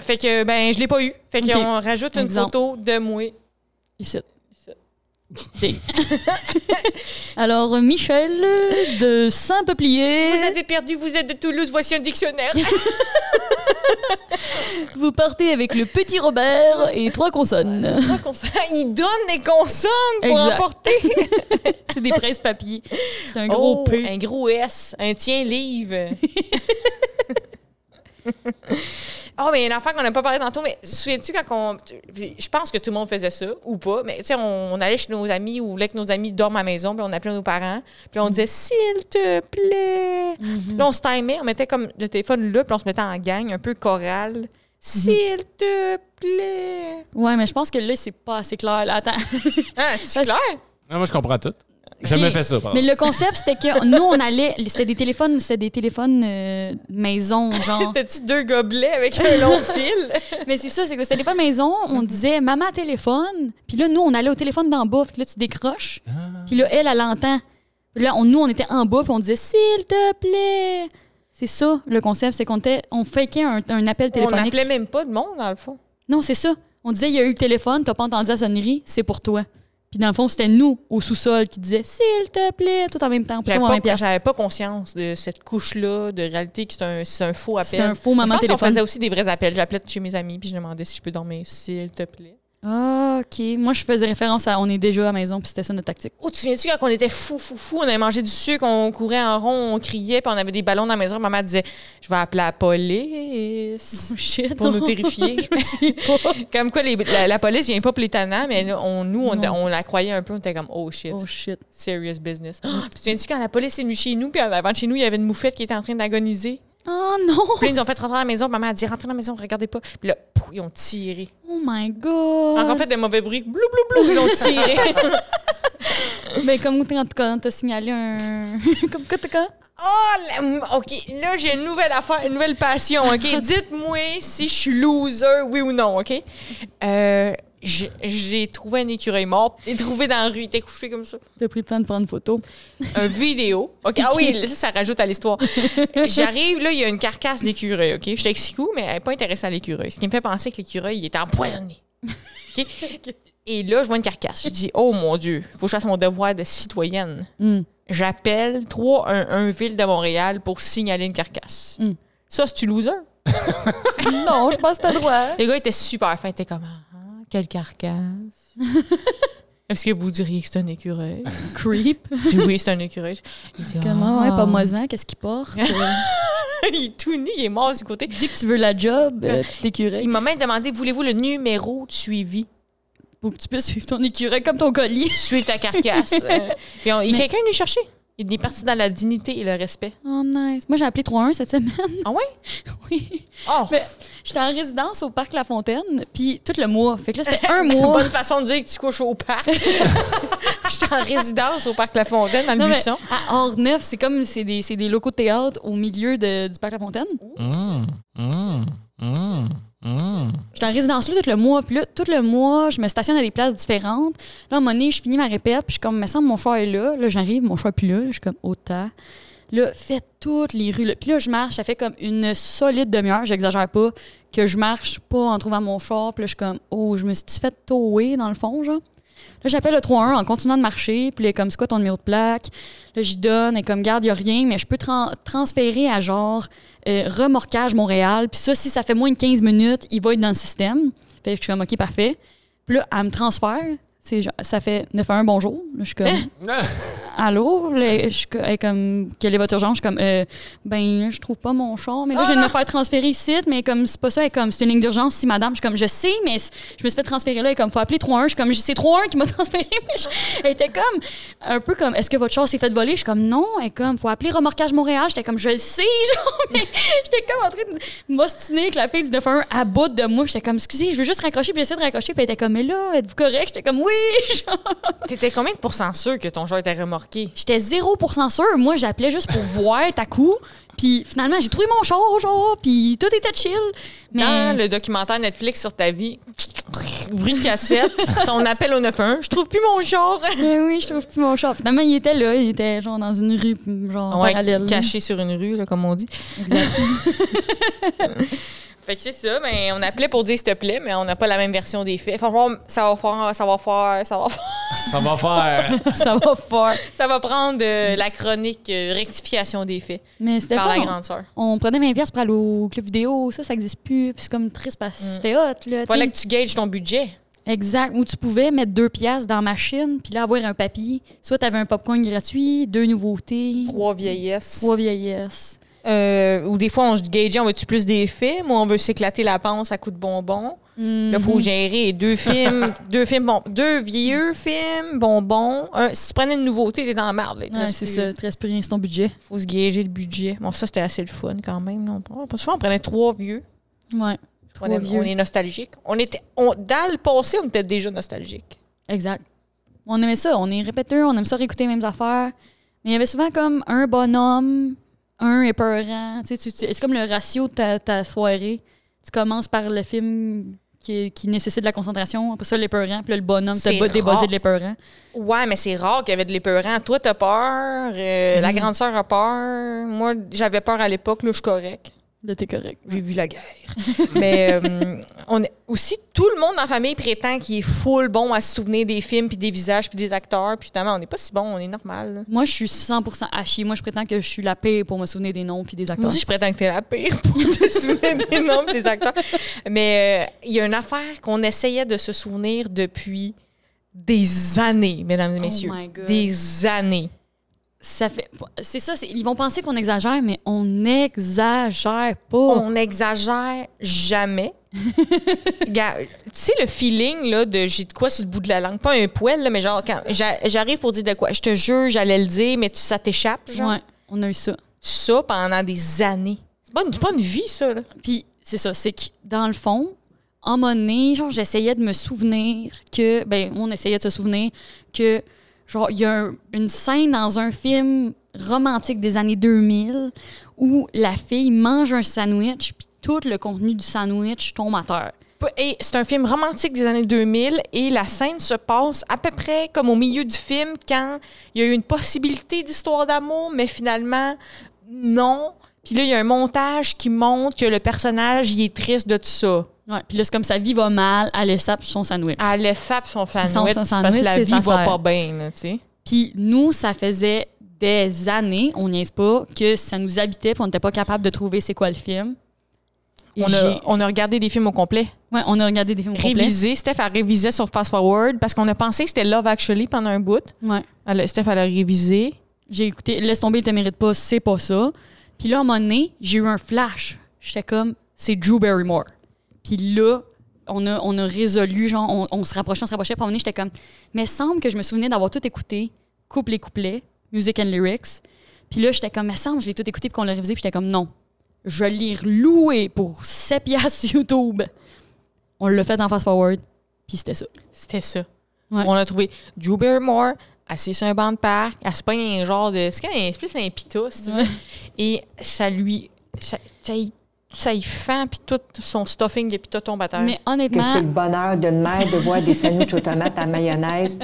[SPEAKER 1] Fait que, ben, je l'ai pas eu. Fait
[SPEAKER 2] Ok.
[SPEAKER 1] qu'on rajoute une
[SPEAKER 2] Exemple.
[SPEAKER 1] photo de moi.
[SPEAKER 2] Ici. Ding. Alors, Michel de Saint-Peuplier,
[SPEAKER 1] Vous avez perdu, vous êtes de Toulouse, voici un dictionnaire.
[SPEAKER 2] vous partez avec le petit Robert et trois consonnes.
[SPEAKER 1] Trois consonnes. Il donne des consonnes pour
[SPEAKER 2] Exact.
[SPEAKER 1] emporter.
[SPEAKER 2] C'est des presses papier. C'est un gros
[SPEAKER 1] Oh,
[SPEAKER 2] P.
[SPEAKER 1] Un gros S. Un tien livre. oh, mais une affaire qu'on n'a pas parlé tantôt, mais souviens-tu quand on. Je pense que tout le monde faisait ça, ou pas, mais tu sais, on, on allait chez nos amis ou on voulait que nos amis dorment à la maison, puis on appelait nos parents, puis on disait S'il te plaît. Là, on se timait, on mettait comme le téléphone là, puis on se mettait en gang, un peu chorale. S'il te plaît.
[SPEAKER 2] Ouais, mais je pense que là, c'est pas assez clair. là. Attends.
[SPEAKER 1] Ah, c'est
[SPEAKER 2] Parce-
[SPEAKER 1] clair?
[SPEAKER 4] Ah, moi, je comprends tout. J'ai Jamais
[SPEAKER 2] Ok.
[SPEAKER 4] fait ça, par
[SPEAKER 2] Mais
[SPEAKER 4] exemple.
[SPEAKER 2] le concept, c'était que nous, on allait. C'était des téléphones, c'était des téléphones euh, maison, genre.
[SPEAKER 1] C'était-tu deux gobelets avec un long fil?
[SPEAKER 2] Mais c'est ça, c'est que c'était téléphone maison, on disait maman téléphone, puis là nous on allait au téléphone d'en bas, fait que là tu décroches,
[SPEAKER 4] Ah.
[SPEAKER 2] puis là elle elle entend. Puis là on, nous on était en bas puis on disait s'il te plaît. C'est ça le concept, c'est qu'on était on fakeait un, un appel
[SPEAKER 1] On
[SPEAKER 2] téléphonique.
[SPEAKER 1] n'appelait même pas de monde, dans le fond.
[SPEAKER 2] Non, c'est ça. On disait il y a eu le téléphone, t'as pas entendu la sonnerie, c'est pour toi. Puis dans le fond, c'était nous au sous-sol qui disaient s'il te plaît tout en même temps pour
[SPEAKER 1] J'avais
[SPEAKER 2] tout en même
[SPEAKER 1] pas,
[SPEAKER 2] pièce.
[SPEAKER 1] j'avais pas conscience de cette couche-là de réalité que c'est un, c'est un faux appel.
[SPEAKER 2] C'est un faux maman
[SPEAKER 1] je pense qu'on
[SPEAKER 2] téléphone.
[SPEAKER 1] faisait aussi des vrais appels. J'appelais chez mes amis puis je demandais si je peux dormir, s'il te plaît.
[SPEAKER 2] Ah, OK, moi je faisais référence à on est déjà à la maison puis c'était ça notre tactique.
[SPEAKER 1] Oh, tu te souviens-tu quand on était fou, fou, fou, on avait mangé du sucre, on courait en rond, on criait, puis on avait des ballons dans la maison. Maman disait Je vais appeler la police.
[SPEAKER 2] Shit,
[SPEAKER 1] Pour nous
[SPEAKER 2] non.
[SPEAKER 1] terrifier. comme quoi, les- la, la police vient pas pour les tannants, mais on, nous, on,
[SPEAKER 2] Non.
[SPEAKER 1] on la croyait un peu. On était comme Oh shit.
[SPEAKER 2] Oh shit.
[SPEAKER 1] serious business. Oh, tu te souviens-tu quand la police est venue chez nous, puis avant de chez nous, il y avait une moufette qui était en train d'agoniser?
[SPEAKER 2] Oh non.
[SPEAKER 1] Puis là, ils nous ont fait rentrer à la maison, maman a dit rentrez à la maison, regardez pas. Puis là, pouf, ils ont tiré.
[SPEAKER 2] Oh my god!
[SPEAKER 1] Encore fait des mauvais bruits, blou blou blou, ils ont tiré.
[SPEAKER 2] Ben, comme quand quand t'as signalé un. comme quand t'as. quand-
[SPEAKER 1] oh, la- OK, là, j'ai une nouvelle affaire, une nouvelle passion, OK? Dites-moi si je suis loser, oui ou non, OK? Euh, j'ai- j'ai trouvé un écureuil mort, j'ai trouvé dans la rue, il était couché comme ça.
[SPEAKER 2] T'as pris le temps de prendre une photo.
[SPEAKER 1] un vidéo. OK, ah oui, ça, ça rajoute à l'histoire. J'arrive, là, il y a une carcasse d'écureuil, OK? J'étais excitée, mais elle n'est pas intéressée à l'écureuil. Ce qui me fait penser que l'écureuil, il est empoisonné. OK? Et là, je vois une carcasse. Je dis, oh mon Dieu, faut que je fasse mon devoir de citoyenne.
[SPEAKER 2] Mm.
[SPEAKER 1] J'appelle 311 Ville de Montréal pour signaler une carcasse.
[SPEAKER 2] Mm.
[SPEAKER 1] Ça, c'est-tu loser?
[SPEAKER 2] Non, je pense que t'as droit.
[SPEAKER 1] Le gars était super fin. Il était comme, ah, quelle carcasse. Est-ce que vous diriez que c'est un écureuil?
[SPEAKER 2] Creep.
[SPEAKER 1] Je dis, oui, c'est un écureuil. Il dit,
[SPEAKER 2] Comment? Ouais,
[SPEAKER 1] Ah.
[SPEAKER 2] pas moisin, qu'est-ce qu'il porte? Euh,
[SPEAKER 1] il est tout nu, il est mort du côté.
[SPEAKER 2] Dis que tu veux la job, euh, petit écureuil.
[SPEAKER 1] Il m'a même demandé voulez-vous le numéro de suivi
[SPEAKER 2] Faut que tu puisses suivre ton écureuil comme ton collier.
[SPEAKER 1] Suivre ta carcasse. Euh, puis on- il y a
[SPEAKER 2] Mais-
[SPEAKER 1] quelqu'un est venu chercher. Il est parti dans la dignité et le respect.
[SPEAKER 2] Oh, nice. Moi, j'ai appelé 3-1 cette semaine.
[SPEAKER 1] Ah ouais?
[SPEAKER 2] oui.
[SPEAKER 1] Oh!
[SPEAKER 2] Mais j'étais en résidence au parc La Fontaine, puis tout le mois. Fait que là, c'était un
[SPEAKER 1] Une
[SPEAKER 2] mois.
[SPEAKER 1] bonne façon de dire que tu couches au parc. J'étais en résidence au parc La Fontaine, dans le
[SPEAKER 2] Non, mais
[SPEAKER 1] Buisson.
[SPEAKER 2] à Orneuf, c'est comme c'est des, c'est des locaux de théâtre au milieu de- du parc La Fontaine.
[SPEAKER 4] Hum, hum, hum, hum.
[SPEAKER 2] J'étais en résidence là tout le mois, puis là, tout le mois, je me stationne à des places différentes. Là, à un moment donné, je finis ma répète, puis je suis comme, me semble, mon choix est là. Là, j'arrive, mon choix est plus là. Là, Je suis comme, autant. Là, fais toutes les rues. là. Puis là, je marche, ça fait comme une solide demi-heure, j'exagère pas, que je marche pas en trouvant mon char. Puis là, je suis comme, oh, je me suis fait tower dans le fond, genre. Là, j'appelle le 3-1 en continuant de marcher. Puis là, comme, c'est quoi ton numéro de plaque? Là, j'y donne. Et comme, garde, il a rien, mais je peux tran- transférer à genre euh, remorquage Montréal. Puis ça, si ça fait moins de 15 minutes, il va être dans le système. Fait que je suis comme, OK, parfait. Puis là, elle me transfère. C'est genre- ça fait 9 à 1, bonjour. Là, je suis comme, Allô? Là, je suis co- elle est comme, quelle est votre urgence? Je suis comme, Euh, ben, là, je trouve pas mon char, mais là, je viens de me faire transférer ici, mais comme, c'est pas ça, elle est comme, c'est une ligne d'urgence, si madame, je suis comme, je sais, mais c- je me suis fait transférer là, elle est comme, faut appeler 3-1, je suis comme, c'est 3-1 qui m'a transféré, mais je- elle était comme, un peu comme, est-ce que votre char s'est fait voler? Je suis comme, non, elle est comme, faut appeler Remorquage Montréal, j'étais comme, je le sais, genre, mais j'étais comme en train de m'ostiner avec la fille du 9-1 à bout de moi, j'étais comme, excusez, je veux juste raccrocher, puis j'essaie de raccrocher, puis elle était comme, mais là, êtes-vous correct? J'étais comme, oui, genre.
[SPEAKER 1] T'étais combien de pourcents sûr que ton genre était remorqué?
[SPEAKER 2] J'étais 0% sûre. Moi, j'appelais juste pour voir ta coup. Puis finalement, j'ai trouvé mon char, genre, puis tout était chill. Mais
[SPEAKER 1] Dans le documentaire Netflix sur ta vie, bruit de cassette, ton appel au 911, je trouve plus mon genre.
[SPEAKER 2] Mais oui, je trouve plus mon char. Finalement, il était là. Il était, genre, dans une rue, genre,
[SPEAKER 1] Ouais,
[SPEAKER 2] parallèle.
[SPEAKER 1] caché sur une rue, là, comme on dit. fait que c'est ça, mais on appelait pour dire s'il te plaît, mais on n'a pas la même version des faits. Faut voir- ça va faire, ça va faire, ça va faire.
[SPEAKER 4] Ça va faire.
[SPEAKER 2] Ça va fort.
[SPEAKER 1] Ça va prendre euh, la chronique euh, rectification des faits
[SPEAKER 2] Mais c'était
[SPEAKER 1] par la
[SPEAKER 2] fun.
[SPEAKER 1] grande sœur.
[SPEAKER 2] On prenait 20 pièces pour aller au club vidéo. Ça, ça existe plus. Puis c'est comme triste parce que c'était hot, là. tu
[SPEAKER 1] Mm. Voilà
[SPEAKER 2] sais.
[SPEAKER 1] que tu gages ton budget.
[SPEAKER 2] Exact. Où tu pouvais mettre deux pièces dans ma machine, puis là, avoir un papier. Soit t'avais un popcorn gratuit, deux nouveautés,
[SPEAKER 1] Trois vieillesses.
[SPEAKER 2] trois vieillesses.
[SPEAKER 1] Euh, ou des fois, on se gageait, on veut-tu plus des films ou on veut s'éclater la panse à coups de bonbons? Là, il faut gérer deux films, deux films, bon, deux vieux films, bonbons. Un- si tu prenais une nouveauté, t'es dans la marde. là. Il te
[SPEAKER 2] Ouais,
[SPEAKER 1] reste
[SPEAKER 2] c'est
[SPEAKER 1] plus-
[SPEAKER 2] ça. Très plus rien, c'est ton budget.
[SPEAKER 1] faut se gager le budget. Bon, ça, c'était assez le fun quand même. Non? Parce que souvent, on prenait trois vieux.
[SPEAKER 2] Ouais.
[SPEAKER 1] On,
[SPEAKER 2] Trois
[SPEAKER 1] est-
[SPEAKER 2] vieux.
[SPEAKER 1] on est nostalgique. On était, on, dans le passé, on était déjà nostalgique.
[SPEAKER 2] Exact. On aimait ça. On est répéteurs, on aime ça réécouter les mêmes affaires. Mais il y avait souvent comme un bonhomme, un épeurant. Tu sais, tu- tu- c'est comme le ratio de ta, ta soirée. Tu commences par le film qui, qui nécessite de la concentration, après ça l'épeurant, puis là, le bonhomme, t'as
[SPEAKER 1] C'est
[SPEAKER 2] pas débossé
[SPEAKER 1] rare.
[SPEAKER 2] de l'épeurant.
[SPEAKER 1] Ouais, mais c'est rare qu'il y avait de l'épeurant. Toi, t'as peur. euh, La grande sœur a peur. Moi, j'avais peur à l'époque. Là, je suis correcte.
[SPEAKER 2] Là, t'es correct.
[SPEAKER 1] J'ai vu la guerre. Mais euh, on est- aussi, tout le monde en famille prétend qu'il est full bon à se souvenir des films, puis des visages, puis des acteurs. Puis finalement, on n'est pas si bon, on est normal. là.
[SPEAKER 2] Moi, je suis 100% hachée. Moi, je prétends que je suis la paix pour me souvenir des noms puis des
[SPEAKER 1] Moi
[SPEAKER 2] acteurs.
[SPEAKER 1] aussi, je prétends que t'es la pire pour te souvenir des noms pis des acteurs. Mais euh, il y a une affaire qu'on essayait de se souvenir depuis des années, mesdames et messieurs.
[SPEAKER 2] Oh my God.
[SPEAKER 1] Des années.
[SPEAKER 2] Ça fait, c'est ça, c'est- ils vont penser qu'on exagère, mais on n'exagère pas.
[SPEAKER 1] On n'exagère jamais. Gars, tu sais, le feeling là, de j'ai de quoi sur le bout de la langue. Pas un poil, là, mais genre, quand j'a- j'arrive pour dire de quoi, je te jure, j'allais le dire, mais tu, ça t'échappe. genre.
[SPEAKER 2] Ouais, on a eu ça.
[SPEAKER 1] Ça pendant des années. C'est pas, une- c'est pas une vie, ça. Là.
[SPEAKER 2] Puis c'est ça, c'est que dans le fond, en mon nez, genre j'essayais de me souvenir que ben on essayait de se souvenir que genre il y a un- une scène dans un film romantique des années 2000 où la fille mange un sandwich puis tout le contenu du sandwich tombe à terre.
[SPEAKER 1] Et c'est un film romantique des années 2000 et la scène se passe à peu près comme au milieu du film quand il y a eu une possibilité d'histoire d'amour, mais finalement, non. Puis là, il y a un montage qui montre que le personnage, il est triste de tout ça.
[SPEAKER 2] Ouais, puis là c'est comme sa vie va mal, elle échappe son sandwich.
[SPEAKER 1] Elle le frappe son
[SPEAKER 2] Son-
[SPEAKER 1] sandwich
[SPEAKER 2] son
[SPEAKER 1] c'est parce que
[SPEAKER 2] sandwich,
[SPEAKER 1] la
[SPEAKER 2] c'est
[SPEAKER 1] vie
[SPEAKER 2] sa
[SPEAKER 1] va
[SPEAKER 2] sœur.
[SPEAKER 1] pas bien, là, tu sais.
[SPEAKER 2] Puis nous ça faisait des années, on n'y pas que ça nous habitait, puis on n'était pas capable de trouver c'est quoi le film. Et
[SPEAKER 1] On a,
[SPEAKER 2] j'ai-
[SPEAKER 1] on a regardé des films au complet.
[SPEAKER 2] ouais, on a regardé des films complets.
[SPEAKER 1] Révisé. Steph a révisé sur Fast Forward parce qu'on a pensé que c'était Love Actually pendant un bout.
[SPEAKER 2] Ouais.
[SPEAKER 1] Elle a- Steph, elle a révisé.
[SPEAKER 2] J'ai écouté Laisse tomber, il te mérite pas, c'est pas ça. Puis là, à un moment donné, j'ai eu un flash. J'étais comme, c'est Drew Barrymore. Puis là, on a, on a résolu, genre, on, on se rapprochait, on se rapprochait. Puis à un moment donné, j'étais comme, mais semble que je me souvenais d'avoir tout écouté, couple et couplet, Music and Lyrics. Puis là, j'étais comme, mais semble, je l'ai tout écouté puis qu'on l'a révisé. Puis j'étais comme, non, je l'ai reloué pour 7 piastres YouTube. On l'a fait en fast forward, puis c'était ça.
[SPEAKER 1] C'était ça.
[SPEAKER 2] Ouais.
[SPEAKER 1] On a trouvé Drew Barrymore assise sur un banc de parc, elle se pogne un genre de. C'est quand même- c'est plus un pitou, si tu veux. Et ça lui. Ça, ça y- ça y fend, puis tout son stuffing de pita tombe à terre.
[SPEAKER 2] Mais
[SPEAKER 8] Que c'est
[SPEAKER 2] honnêtement,
[SPEAKER 8] le bonheur d'une mère de voir des sandwichs aux tomates à mayonnaise.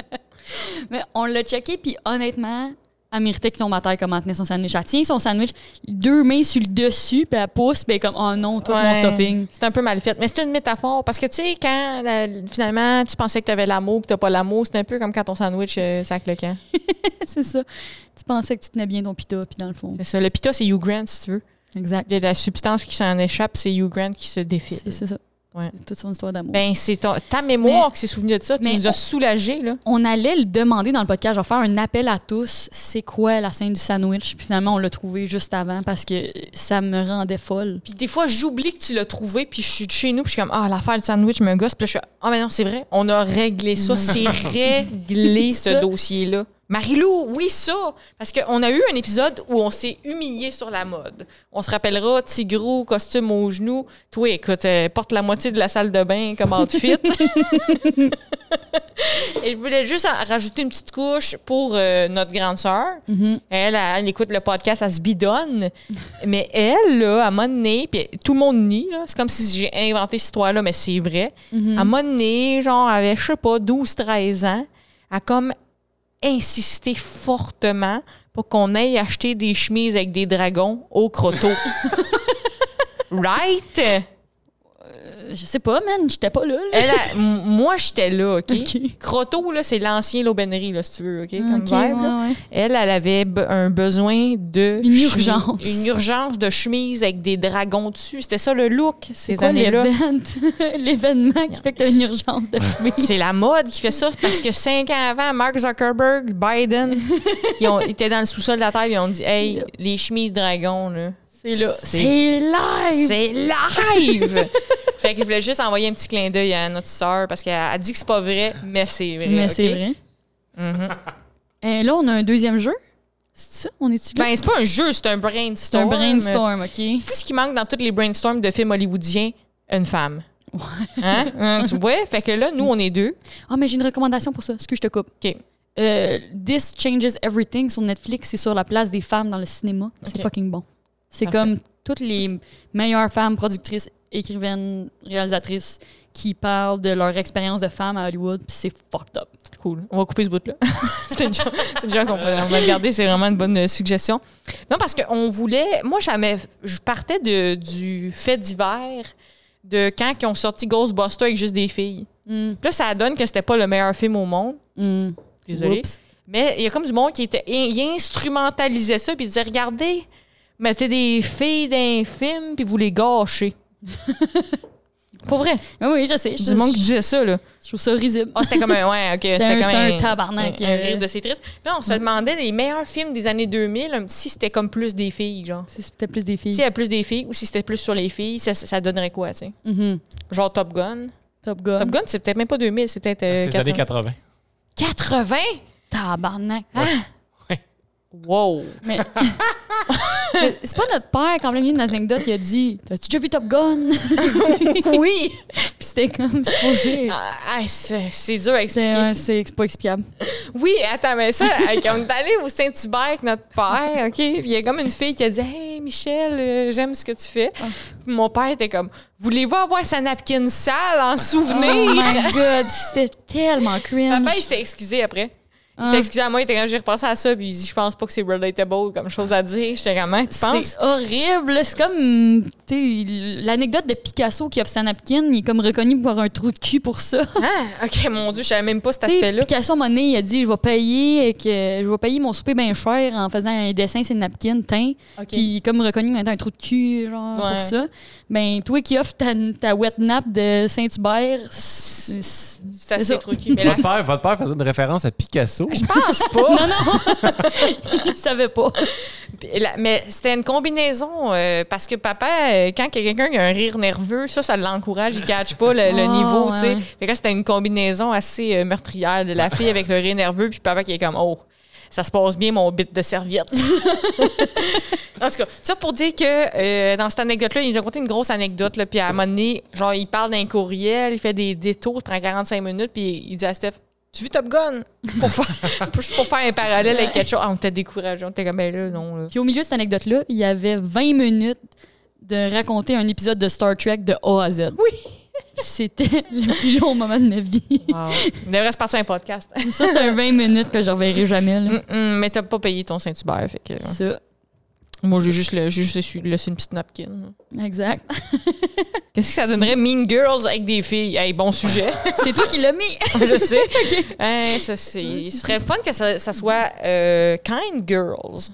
[SPEAKER 2] mais on l'a checké, puis honnêtement, elle méritait qu'il tombe à terre comme elle tenait son sandwich. Elle tient son sandwich, deux mains sur le dessus, puis elle pousse, puis elle est comme, oh non, tout mon
[SPEAKER 1] Ouais.
[SPEAKER 2] stuffing.
[SPEAKER 1] C'est un peu mal fait. Mais c'est une métaphore. Parce que, tu sais, quand euh, finalement tu pensais que tu avais l'amour tu t'as pas l'amour, c'est un peu comme quand ton sandwich euh, sac le camp.
[SPEAKER 2] c'est ça. Tu pensais que tu tenais bien ton pita, puis dans le fond.
[SPEAKER 1] C'est ça. Le pita, c'est Hugh Grant, si tu veux.
[SPEAKER 2] Exact.
[SPEAKER 1] La- La substance qui s'en échappe, c'est Hugh Grant qui se défile.
[SPEAKER 2] C'est c'est ça.
[SPEAKER 1] Ouais.
[SPEAKER 2] C'est toute son histoire d'amour.
[SPEAKER 1] Ben, c'est ton- ta mémoire qui s'est souvenue de ça. Tu
[SPEAKER 2] mais
[SPEAKER 1] nous as
[SPEAKER 2] on-
[SPEAKER 1] soulagés, là.
[SPEAKER 2] on allait le demander dans le podcast, genre faire un appel à tous, c'est quoi la scène du sandwich? Puis finalement, on l'a trouvé juste avant parce que ça me rendait folle.
[SPEAKER 1] Puis des fois, j'oublie que tu l'as trouvé, puis je suis de chez nous, puis je suis comme, ah, l'affaire du sandwich me gosse. Puis là, je suis, ah, mais non, c'est vrai, on a réglé ça. C'est réglé, ce
[SPEAKER 2] Ça.
[SPEAKER 1] dossier-là. Marilou, oui, ça! Parce qu'on a eu un épisode où on s'est humilié sur la mode. On se rappellera, Tigrou, costume aux genoux. Toi, écoute, euh, porte la moitié de la salle de bain comme outfit. Et je voulais juste en rajouter une petite couche pour euh, notre grande sœur. Elle, elle, elle écoute le podcast, elle se bidonne. mais elle, là, à un moment donné, puis tout le monde nie, là. C'est comme si j'ai inventé cette histoire-là, mais c'est vrai. À un moment donné, genre, elle avait, je sais pas, 12-13 ans, elle a comme insisté fortement pour qu'on aille acheter des chemises avec des dragons au croteau. right?
[SPEAKER 2] Euh, Je sais pas, man, j'étais pas là. là.
[SPEAKER 1] Elle a- m- moi, j'étais là, OK?
[SPEAKER 2] Ok.
[SPEAKER 1] Croteau, là, c'est l'ancien l'aubainerie, là, si tu veux, OK? Comme
[SPEAKER 2] Ok,
[SPEAKER 1] verbe, là.
[SPEAKER 2] ouais, ouais.
[SPEAKER 1] Elle, elle avait be- un besoin de...
[SPEAKER 2] Une
[SPEAKER 1] chemise-
[SPEAKER 2] urgence.
[SPEAKER 1] Une urgence de chemise avec des dragons dessus. C'était ça, le look,
[SPEAKER 2] C'est
[SPEAKER 1] ces
[SPEAKER 2] quoi
[SPEAKER 1] années-là.
[SPEAKER 2] l'événement- l'événement qui fait que t'as une urgence de fumer?
[SPEAKER 1] C'est la mode qui fait ça parce que cinq ans avant, Mark Zuckerberg, Biden, ils, ont, ils étaient dans le sous-sol de la table et ont dit Hey, les chemises dragons, là. C'est là. C'est
[SPEAKER 2] C'est live!
[SPEAKER 1] c'est live! fait que je voulais juste envoyer un petit clin d'œil à notre sœur parce qu'elle elle dit que c'est pas vrai, mais c'est vrai.
[SPEAKER 2] Mais
[SPEAKER 1] ok?
[SPEAKER 2] c'est vrai. Euh, là, on a un deuxième jeu. C'est ça? On est-tu là?
[SPEAKER 1] Ben, c'est pas un jeu, c'est un
[SPEAKER 2] C'est un
[SPEAKER 1] brainstorm.
[SPEAKER 2] brainstorm, OK?
[SPEAKER 1] C'est ce qui manque dans tous les brainstorms de films hollywoodiens une femme. Hein? Hein, Tu vois? Fait que là, nous, on est deux.
[SPEAKER 2] Ah, mais j'ai une recommandation pour ça. Excuse, je te coupe.
[SPEAKER 1] OK.
[SPEAKER 2] Euh, This Changes Everything sur Netflix, c'est sur la place des femmes dans le cinéma. C'est
[SPEAKER 1] Ok.
[SPEAKER 2] fucking bon. C'est
[SPEAKER 1] Parfait.
[SPEAKER 2] comme toutes les meilleures femmes, productrices, écrivaines, réalisatrices qui parlent de leur expérience de femme à Hollywood, puis c'est fucked up.
[SPEAKER 1] Cool. On va couper ce bout-là. C'était déjà, déjà qu'on peut- on va le garder. C'est vraiment une bonne euh, suggestion. Non, parce qu'on voulait. Moi, j'avais- je partais de, du fait divers de quand ils ont sorti Ghostbusters avec juste des filles.
[SPEAKER 2] Mm.
[SPEAKER 1] Puis là, ça donne que c'était pas le meilleur film au monde.
[SPEAKER 2] Mm.
[SPEAKER 1] Désolée.
[SPEAKER 2] Oups.
[SPEAKER 1] Mais il y a comme du monde qui était, il instrumentalisait ça, puis il disait Regardez, mettez des filles d'un film, puis vous les gâchez. Pour vrai.
[SPEAKER 2] Ah oui, je sais. Je,
[SPEAKER 1] Du monde qui
[SPEAKER 2] je-
[SPEAKER 1] disait ça, là.
[SPEAKER 2] je trouve ça risible.
[SPEAKER 1] Ah, c'était comme un. Ouais, ok. C'était
[SPEAKER 2] un-
[SPEAKER 1] comme
[SPEAKER 2] c'était un tabarnak,
[SPEAKER 1] Un,
[SPEAKER 2] euh. Mm.
[SPEAKER 1] un rire de c'est triste. Là, on se demandait les meilleurs films des années 2000, un- si c'était comme plus des filles, genre.
[SPEAKER 2] C'est peut-être plus des
[SPEAKER 1] S'il
[SPEAKER 2] filles.
[SPEAKER 1] y avait plus des filles ou si c'était plus sur les filles, ça, ça donnerait quoi, tu sais?
[SPEAKER 2] Mhm.
[SPEAKER 1] Genre Top Gun.
[SPEAKER 2] Top Gun.
[SPEAKER 1] Top Gun, c'est peut-être même pas 2000, c'est peut-être. euh,
[SPEAKER 4] Ah, C'est les années 80.
[SPEAKER 1] 80?
[SPEAKER 2] Tabarnak.
[SPEAKER 1] Wow!
[SPEAKER 2] Mais, Mais Euh, c'est pas notre père, quand même, il y a une anecdote, il a dit T'as-tu déjà vu Top Gun
[SPEAKER 1] Oui!
[SPEAKER 2] Puis c'était comme supposé.
[SPEAKER 1] Ah, ah, c'est c'est dur à expliquer.
[SPEAKER 2] C'est ouais, c'est- c'est pas explicable.
[SPEAKER 1] Oui, attends, mais ça, euh, quand on est allé au Saint-Hubert avec notre père, OK? Puis il y a comme une fille qui a dit Hey, Michel, euh, j'aime ce que tu fais.
[SPEAKER 2] Ah.
[SPEAKER 1] Puis mon père était comme Voulez-vous avoir sa napkin sale en
[SPEAKER 2] Oh
[SPEAKER 1] souvenir?
[SPEAKER 2] my god, c'était tellement cringe.
[SPEAKER 1] Papa, il s'est excusé après. Il s'est
[SPEAKER 2] Ah.
[SPEAKER 1] excusé à moi, il était comme J'ai repensé à ça, puis il dit Je pense pas que c'est relatable comme chose à dire. J'étais comme Hein, Tu penses?
[SPEAKER 2] c'est horrible. C'est comme tu sais, l'anecdote de Picasso qui offre sa napkin. Il est comme reconnu pour avoir un trou de cul pour ça.
[SPEAKER 1] Ah, OK, mon Dieu, je savais même pas cet
[SPEAKER 2] Tu sais,
[SPEAKER 1] aspect-là.
[SPEAKER 2] Picasso, à un moment donné, il a dit Je vais payer, et que je vais payer mon souper bien cher en faisant un dessin, c'est une napkin, teint.
[SPEAKER 1] OK.
[SPEAKER 2] Puis il est comme reconnu maintenant un trou de cul, genre,
[SPEAKER 1] Ouais.
[SPEAKER 2] pour ça. Ben, toi qui offres ta, ta wet nap de Saint-Hubert, c'est c'est-
[SPEAKER 1] C'est
[SPEAKER 2] c'est
[SPEAKER 1] assez
[SPEAKER 2] ça.
[SPEAKER 1] truqué. Mais la
[SPEAKER 4] Votre père, votre père faisait une référence à Picasso.
[SPEAKER 1] je pense pas.
[SPEAKER 2] Non, non, il savait pas.
[SPEAKER 1] Puis la- mais c'était une combinaison euh, parce que papa, euh, quand il y a quelqu'un qui a un rire nerveux, ça, ça l'encourage, il catch pas le, le
[SPEAKER 2] Ah,
[SPEAKER 1] niveau, tu sais.
[SPEAKER 2] ouais.
[SPEAKER 1] Fait que là, c'était une combinaison assez euh, meurtrière de la fille avec le rire nerveux, puis papa qui est comme, oh. ça se passe bien mon bit de serviette. en tout cas, ça pour dire que euh, dans cette anecdote-là, ils ont raconté une grosse anecdote, là, puis à un moment donné, genre, il parle d'un courriel, il fait des détours, il prend 45 minutes, puis il dit à Steph, tu veux Top Gun? Pour faire, pour, juste pour faire un parallèle avec quelque chose. Ah, on t'a découragé, on t'a comme, ben là, non, là.
[SPEAKER 2] Puis au milieu de cette anecdote-là, il y avait 20 minutes de raconter un épisode de Star Trek de A à Z. Oui! C'était le plus long moment de ma vie.
[SPEAKER 1] Wow. Il devrait se partir un podcast.
[SPEAKER 2] Ça, c'est un 20 minutes que je reverrai jamais. là.
[SPEAKER 1] Mm-mm, Mm, mais t'as pas payé ton Saint-Hubert, fait que... euh,
[SPEAKER 2] Ça,
[SPEAKER 1] Moi, j'ai juste, le, j'ai juste laissé- laissé une petite napkin.
[SPEAKER 2] exact.
[SPEAKER 1] Qu'est-ce que ça donnerait Mean Girls avec des filles? Hey, bon sujet.
[SPEAKER 2] C'est toi qui l'as mis.
[SPEAKER 1] je sais. Hein, ça, c'est... Il serait fun que ça, ça soit euh, Kind Girls.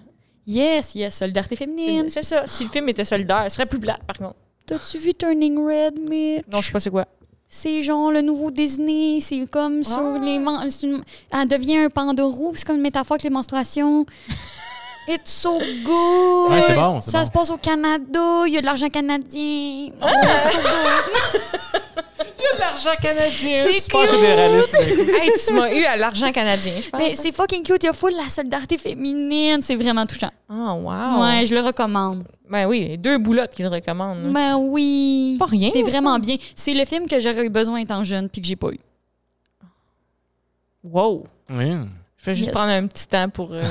[SPEAKER 2] Yes, yes, solidarité féminine.
[SPEAKER 1] C'est, c'est ça. Si le film était solidaire, ce serait plus plate, par contre.
[SPEAKER 2] T'as-tu vu Turning Red, Mitch?
[SPEAKER 1] Non, je sais pas c'est quoi.
[SPEAKER 2] C'est genre le nouveau Disney, c'est comme sur les... men- c'est une- Elle devient un panda roux, c'est comme une métaphore avec les menstruations. It's so good!
[SPEAKER 4] Ouais, c'est bon, c'est
[SPEAKER 2] Ça
[SPEAKER 4] bon.
[SPEAKER 2] se passe au Canada, il y a de l'argent canadien.
[SPEAKER 4] L'argent canadien,
[SPEAKER 1] C'est
[SPEAKER 4] super
[SPEAKER 1] cute.
[SPEAKER 4] fédéraliste. mais-
[SPEAKER 1] Hey, tu m'as eu à l'argent canadien, je pense.
[SPEAKER 2] Mais c'est fucking cute, il y a full la solidarité féminine, c'est vraiment touchant.
[SPEAKER 1] Ah, wow.
[SPEAKER 2] Ouais, je le recommande.
[SPEAKER 1] Ben oui, les deux boulottes qu'il recommande. là.
[SPEAKER 2] Ben oui.
[SPEAKER 1] pas rien,
[SPEAKER 2] C'est
[SPEAKER 1] ça.
[SPEAKER 2] vraiment bien. C'est le film que j'aurais eu besoin étant jeune puis que j'ai pas eu.
[SPEAKER 1] Wow.
[SPEAKER 4] Oui.
[SPEAKER 1] Je vais juste
[SPEAKER 2] Yes.
[SPEAKER 1] prendre un petit temps pour. euh,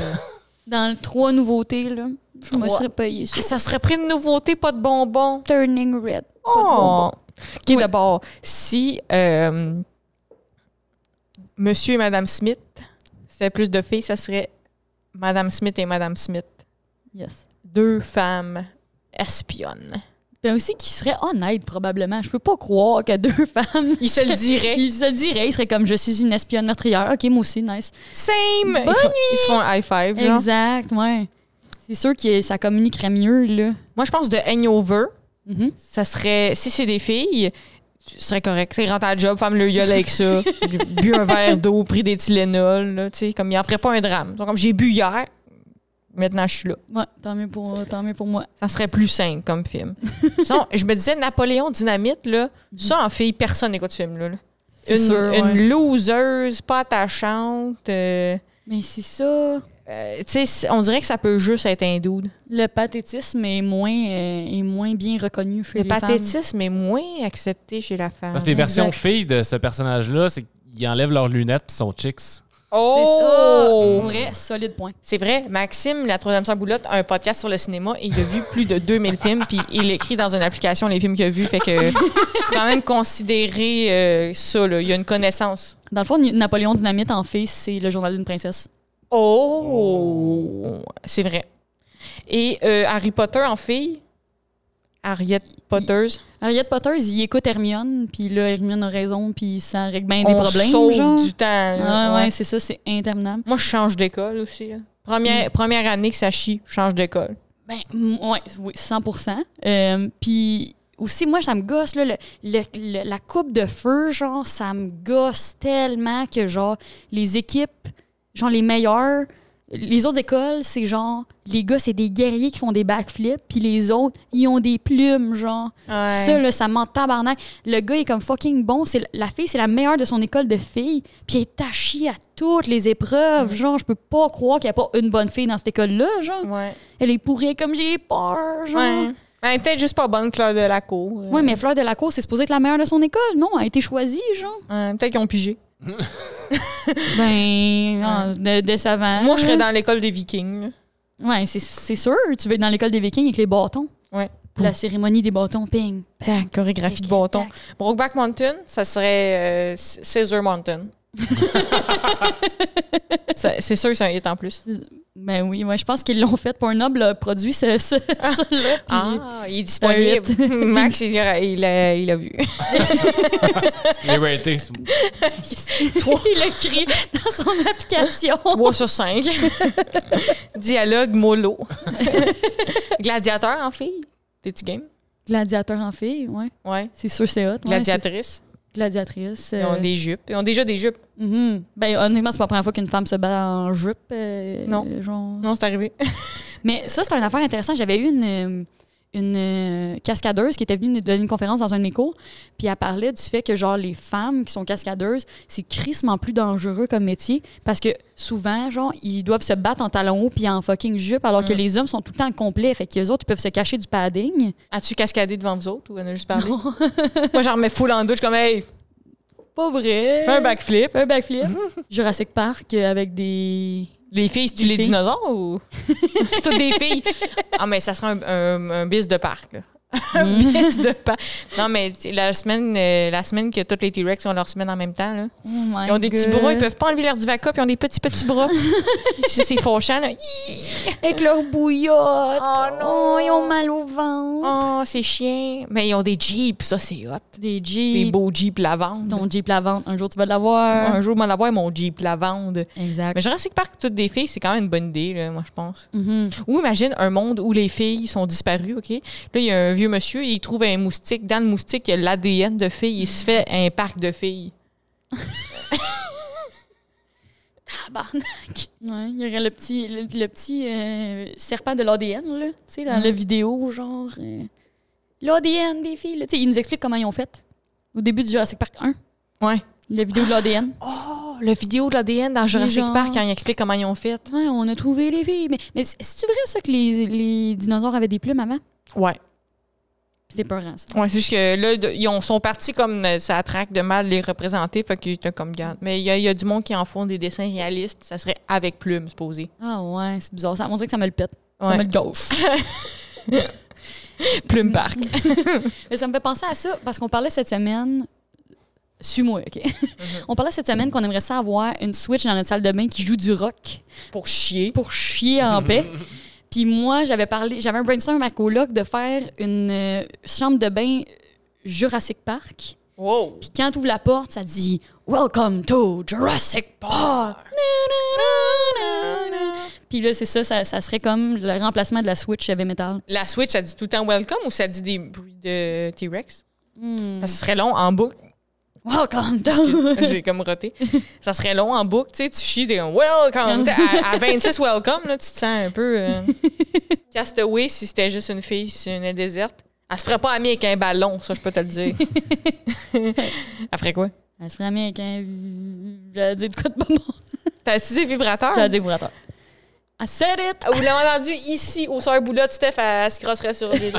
[SPEAKER 2] Dans le trois nouveautés, là, je me
[SPEAKER 1] Trois.
[SPEAKER 2] serais payé sur
[SPEAKER 1] ça serait pris de nouveauté, pas de bonbons.
[SPEAKER 2] Turning Red. Pas de
[SPEAKER 1] Oh!
[SPEAKER 2] bonbons.
[SPEAKER 1] OK, d'abord, si euh, Monsieur et Madame Smith, c'était plus de filles, ça serait Madame Smith et Madame Smith.
[SPEAKER 2] Yes.
[SPEAKER 1] Deux femmes espionnes.
[SPEAKER 2] Ben aussi qui serait honnête, probablement. Je peux pas croire que deux femmes.
[SPEAKER 1] Ils se le diraient.
[SPEAKER 2] Ils se le diraient. Ils seraient comme je suis une espionne meurtrière. Ok, moi aussi, nice.
[SPEAKER 1] Same! ils,
[SPEAKER 2] Bonne
[SPEAKER 1] font- ils se font un high five, genre.
[SPEAKER 2] Exact, ouais. C'est sûr que ça communiquerait mieux, là.
[SPEAKER 1] Moi, je pense de Hangover,
[SPEAKER 2] Mhm.
[SPEAKER 1] ça serait, si c'est des filles, ce serait correct. C'est rentre à la job, femme le gueule avec ça, bu un verre d'eau, pris des Tylenol, là, tu sais, comme il n'en ferait pas un drame. Donc, comme j'ai bu hier, maintenant je suis là.
[SPEAKER 2] Ouais, tant mieux pour, tant mieux pour moi.
[SPEAKER 1] Ça serait plus simple comme film. Sinon, je me disais Napoléon Dynamite, là, ça en fille, personne n'écoute ce film-là. là.
[SPEAKER 2] Mm-hmm. C'est
[SPEAKER 1] Une,
[SPEAKER 2] sûr, ouais.
[SPEAKER 1] une loseuse, pas attachante. euh,
[SPEAKER 2] Mais c'est ça.
[SPEAKER 1] euh, tu sais, c- on dirait que ça peut juste être un dude.
[SPEAKER 2] Le pathétisme est moins, euh, est moins bien reconnu chez
[SPEAKER 1] Le
[SPEAKER 2] les femmes.
[SPEAKER 1] pathétisme est moins accepté chez la femme.
[SPEAKER 4] Parce que les versions
[SPEAKER 2] Exact.
[SPEAKER 4] filles de ce personnage-là, c'est qu'ils enlèvent leurs lunettes et sont chicks.
[SPEAKER 2] C'est
[SPEAKER 1] Oh!
[SPEAKER 2] ça. Vrai, solide point.
[SPEAKER 1] C'est vrai, Maxime, la troisième sœur Boulotte, a un podcast sur le cinéma. Il a vu plus de 2000 films, puis il écrit dans une application les films qu'il a vus. Fait que c'est quand même considéré euh, ça, là. Il y a une connaissance.
[SPEAKER 2] Dans le fond, Ni- Napoléon Dynamite en fait, c'est le journal d'une princesse.
[SPEAKER 1] Oh! C'est vrai. Et euh, Harry Potter en fille? Harriet Potters.
[SPEAKER 2] Harriet Potter, il écoute Hermione, puis là, Hermione a raison, puis ça règle bien des
[SPEAKER 1] On
[SPEAKER 2] problèmes.
[SPEAKER 1] sauve
[SPEAKER 2] genre.
[SPEAKER 1] du temps. là.
[SPEAKER 2] Ah,
[SPEAKER 1] Ouais.
[SPEAKER 2] ouais, c'est ça, c'est interminable.
[SPEAKER 1] Moi, je change d'école aussi. là. Première,
[SPEAKER 2] Mm.
[SPEAKER 1] première année que ça chie, je change d'école.
[SPEAKER 2] Ben, m- ouais, oui, 100 Euh, Puis aussi, moi, ça me gosse, là, le- le- le- la coupe de feu, genre, ça me gosse tellement que, genre, les équipes, genre, les meilleures, les autres écoles, c'est genre, les gars, c'est des guerriers qui font des backflips, puis les autres, ils ont des plumes, genre.
[SPEAKER 1] Ouais.
[SPEAKER 2] Ça, là, ça m'en tabarnak. Le gars est comme fucking bon. C'est la fille, c'est la meilleure de son école de filles. Puis elle est tachée à toutes les épreuves. Genre, je peux pas croire qu'il n'y a pas une bonne fille dans cette école-là, genre.
[SPEAKER 1] Ouais.
[SPEAKER 2] Elle est pourrie comme j'ai peur, genre.
[SPEAKER 1] Ouais.
[SPEAKER 2] Ouais.
[SPEAKER 1] Elle est peut-être juste pas bonne, euh. Fleur de la Cour.
[SPEAKER 2] mais Fleur de la Cour, c'est supposé être la meilleure de son école. Non, elle a été choisie, genre.
[SPEAKER 1] Ouais, peut-être qu'ils ont pigé.
[SPEAKER 2] Ben, non, de, de savant.
[SPEAKER 1] Moi, je serais dans l'école des Vikings. là.
[SPEAKER 2] Ouais, c'est- c'est sûr. Tu veux être dans l'école des Vikings avec les bâtons.
[SPEAKER 1] Ouais.
[SPEAKER 2] La cérémonie des bâtons, ping.
[SPEAKER 1] Ta chorégraphie de bâton.
[SPEAKER 2] Ben, Tac.
[SPEAKER 1] Brokeback Mountain, ça serait euh, C- Scissor Mountain. Ça- c'est sûr que c'est un hit en plus.
[SPEAKER 2] Ben oui, ouais, je pense qu'ils l'ont fait. Pornhub l'a produit, ce, ce, là
[SPEAKER 1] Ah, il est
[SPEAKER 2] c'est un hit.
[SPEAKER 1] disponible. Max, il l'a il l'a- il l'a vu.
[SPEAKER 4] Les ratings.
[SPEAKER 2] Il a crié dans son application.
[SPEAKER 1] 3 sur 5. Dialogue mollo. Gladiateur en fille. T'es-tu game?
[SPEAKER 2] Gladiateur en fille, ouais.
[SPEAKER 1] Ouais.
[SPEAKER 2] C'est sûr, c'est hot. ouais,
[SPEAKER 1] Gladiatrice.
[SPEAKER 2] c'est- gladiatrice.
[SPEAKER 1] Ils
[SPEAKER 2] euh,
[SPEAKER 1] ont des jupes. Ils ont déjà des jupes.
[SPEAKER 2] mhm. Ben, honnêtement, c'est pas la première fois qu'une femme se bat en jupe. euh,
[SPEAKER 1] Non.
[SPEAKER 2] euh, genre.
[SPEAKER 1] Non, c'est arrivé.
[SPEAKER 2] Mais ça, c'est une affaire intéressante. J'avais eu une, euh, une euh, cascadeuse qui était venue nous donner une conférence dans un écho, puis elle parlait du fait que, genre, les femmes qui sont cascadeuses, c'est crissement plus dangereux comme métier parce que souvent, genre, ils doivent se battre en talons hauts puis en fucking jupe, alors
[SPEAKER 1] Mm.
[SPEAKER 2] que les hommes sont tout le temps en complet. Fait qu'eux autres, ils peuvent se cacher du padding.
[SPEAKER 1] As-tu cascadé devant vous autres ou on a juste parlé? Moi, j'en remets full en douche comme, hey,
[SPEAKER 2] Pas vrai.
[SPEAKER 1] fais un backflip.
[SPEAKER 2] Un backflip. Jurassic Park euh, avec des.
[SPEAKER 1] Les filles, si tu
[SPEAKER 2] Des
[SPEAKER 1] les
[SPEAKER 2] filles.
[SPEAKER 1] dinosaures ou. c'est toutes des filles. Ah, mais ça sera un, un, un bis de parc, là. un bis de parc. Non, mais tu sais, la semaine, euh, la semaine que toutes les T-Rex ont leur semaine en même temps, là.
[SPEAKER 2] Oh my
[SPEAKER 1] Ils ont des petits
[SPEAKER 2] God.
[SPEAKER 1] bras, ils peuvent pas enlever leur divaca, puis ils ont des petits, petits bras. c'est c'est fauchant, là. Hi!
[SPEAKER 2] Avec leur bouillotte.
[SPEAKER 1] Oh non.
[SPEAKER 2] ils ont mal au ventre.
[SPEAKER 1] Oh, c'est chien. Mais ils ont des Jeeps, ça, c'est hot.
[SPEAKER 2] Des
[SPEAKER 1] Des
[SPEAKER 2] jeeps.
[SPEAKER 1] beaux Jeeps lavande.
[SPEAKER 2] Ton jeep lavande. Un jour, tu vas l'avoir.
[SPEAKER 1] Un jour, je vais l'avoir, mon Jeep lavande.
[SPEAKER 2] Exact.
[SPEAKER 1] Mais Jurassic Park, toutes des filles, c'est quand même une bonne idée, là, moi, je pense.
[SPEAKER 2] Mhm.
[SPEAKER 1] Ou imagine un monde où les filles sont disparues, OK? Là, il y a un vieux monsieur, il trouve un moustique. Dans le moustique, il y a l'ADN de filles. Il se fait un parc de filles.
[SPEAKER 2] Tabarnak. Ouais, il y aurait le petit, le, le petit euh, serpent de l'ADN, là. Tu sais, dans la vidéo, genre. euh, L'ADN des filles, là. Tu sais, ils nous expliquent comment ils ont fait. Au début du Jurassic Park 1,
[SPEAKER 1] Ouais.
[SPEAKER 2] la vidéo de l'ADN.
[SPEAKER 1] Oh, la vidéo de l'ADN dans Jurassic
[SPEAKER 2] genre-
[SPEAKER 1] Park, quand il explique comment ils ont fait.
[SPEAKER 2] Ouais, on a trouvé les filles. Mais, mais c- c'est-tu vrai, ça, que les, les dinosaures avaient des plumes avant?
[SPEAKER 1] Ouais.
[SPEAKER 2] C'était peurant, ça.
[SPEAKER 1] Ouais, c'est juste que là, de- ils ont- sont partis comme euh, ça attraque de mal les représenter. Fait que j'étais comme garde. Mais il y, a- il y a du monde qui en font des dessins réalistes. Ça serait avec plume, supposé.
[SPEAKER 2] Ah ouais, c'est bizarre. Ça, on dirait que ça me le pète. Ça
[SPEAKER 1] Ouais.
[SPEAKER 2] me le gauche.
[SPEAKER 1] Plume Park.
[SPEAKER 2] Mais ça me fait penser à ça parce qu'on parlait cette semaine. Suis-moi, OK?
[SPEAKER 1] Mhm.
[SPEAKER 2] On parlait cette semaine qu'on aimerait ça avoir une Switch dans notre salle de bain qui joue du rock
[SPEAKER 1] Pour chier.
[SPEAKER 2] pour chier
[SPEAKER 1] Mhm.
[SPEAKER 2] en paix. Puis moi, j'avais parlé, j'avais un brainstorm à coloc de faire une euh, chambre de bain Jurassic Park.
[SPEAKER 1] Wow.
[SPEAKER 2] Puis quand tu ouvres la porte, ça dit Welcome to Jurassic Park. Na, na, na, na. Puis là, c'est ça, ça, ça serait comme le remplacement de la Switch heavy metal.
[SPEAKER 1] La Switch, ça dit tout le temps welcome ou ça dit des bruits de T-Rex?
[SPEAKER 2] Hmm.
[SPEAKER 1] Parce que ce serait long en boucle.
[SPEAKER 2] Welcome to.
[SPEAKER 1] J'ai comme roté. Ça serait long en boucle, tu sais, tu chies des welcome. Tu sais, À, à 26 welcome, là, tu te sens un peu. euh, Castaway, si c'était juste une fille sur une île déserte, elle se ferait pas amie avec un ballon, ça, je peux te le dire. elle ferait quoi?
[SPEAKER 2] Elle se ferait américain. J'allais dire de quoi de pas bon.
[SPEAKER 1] T'as assis des vibrateurs?
[SPEAKER 2] J'allais dire vibrateur. I said it!
[SPEAKER 1] Ou l'avez entendu ici, au soir boulot, Steph, elle, elle se crosserait sur des. Ah.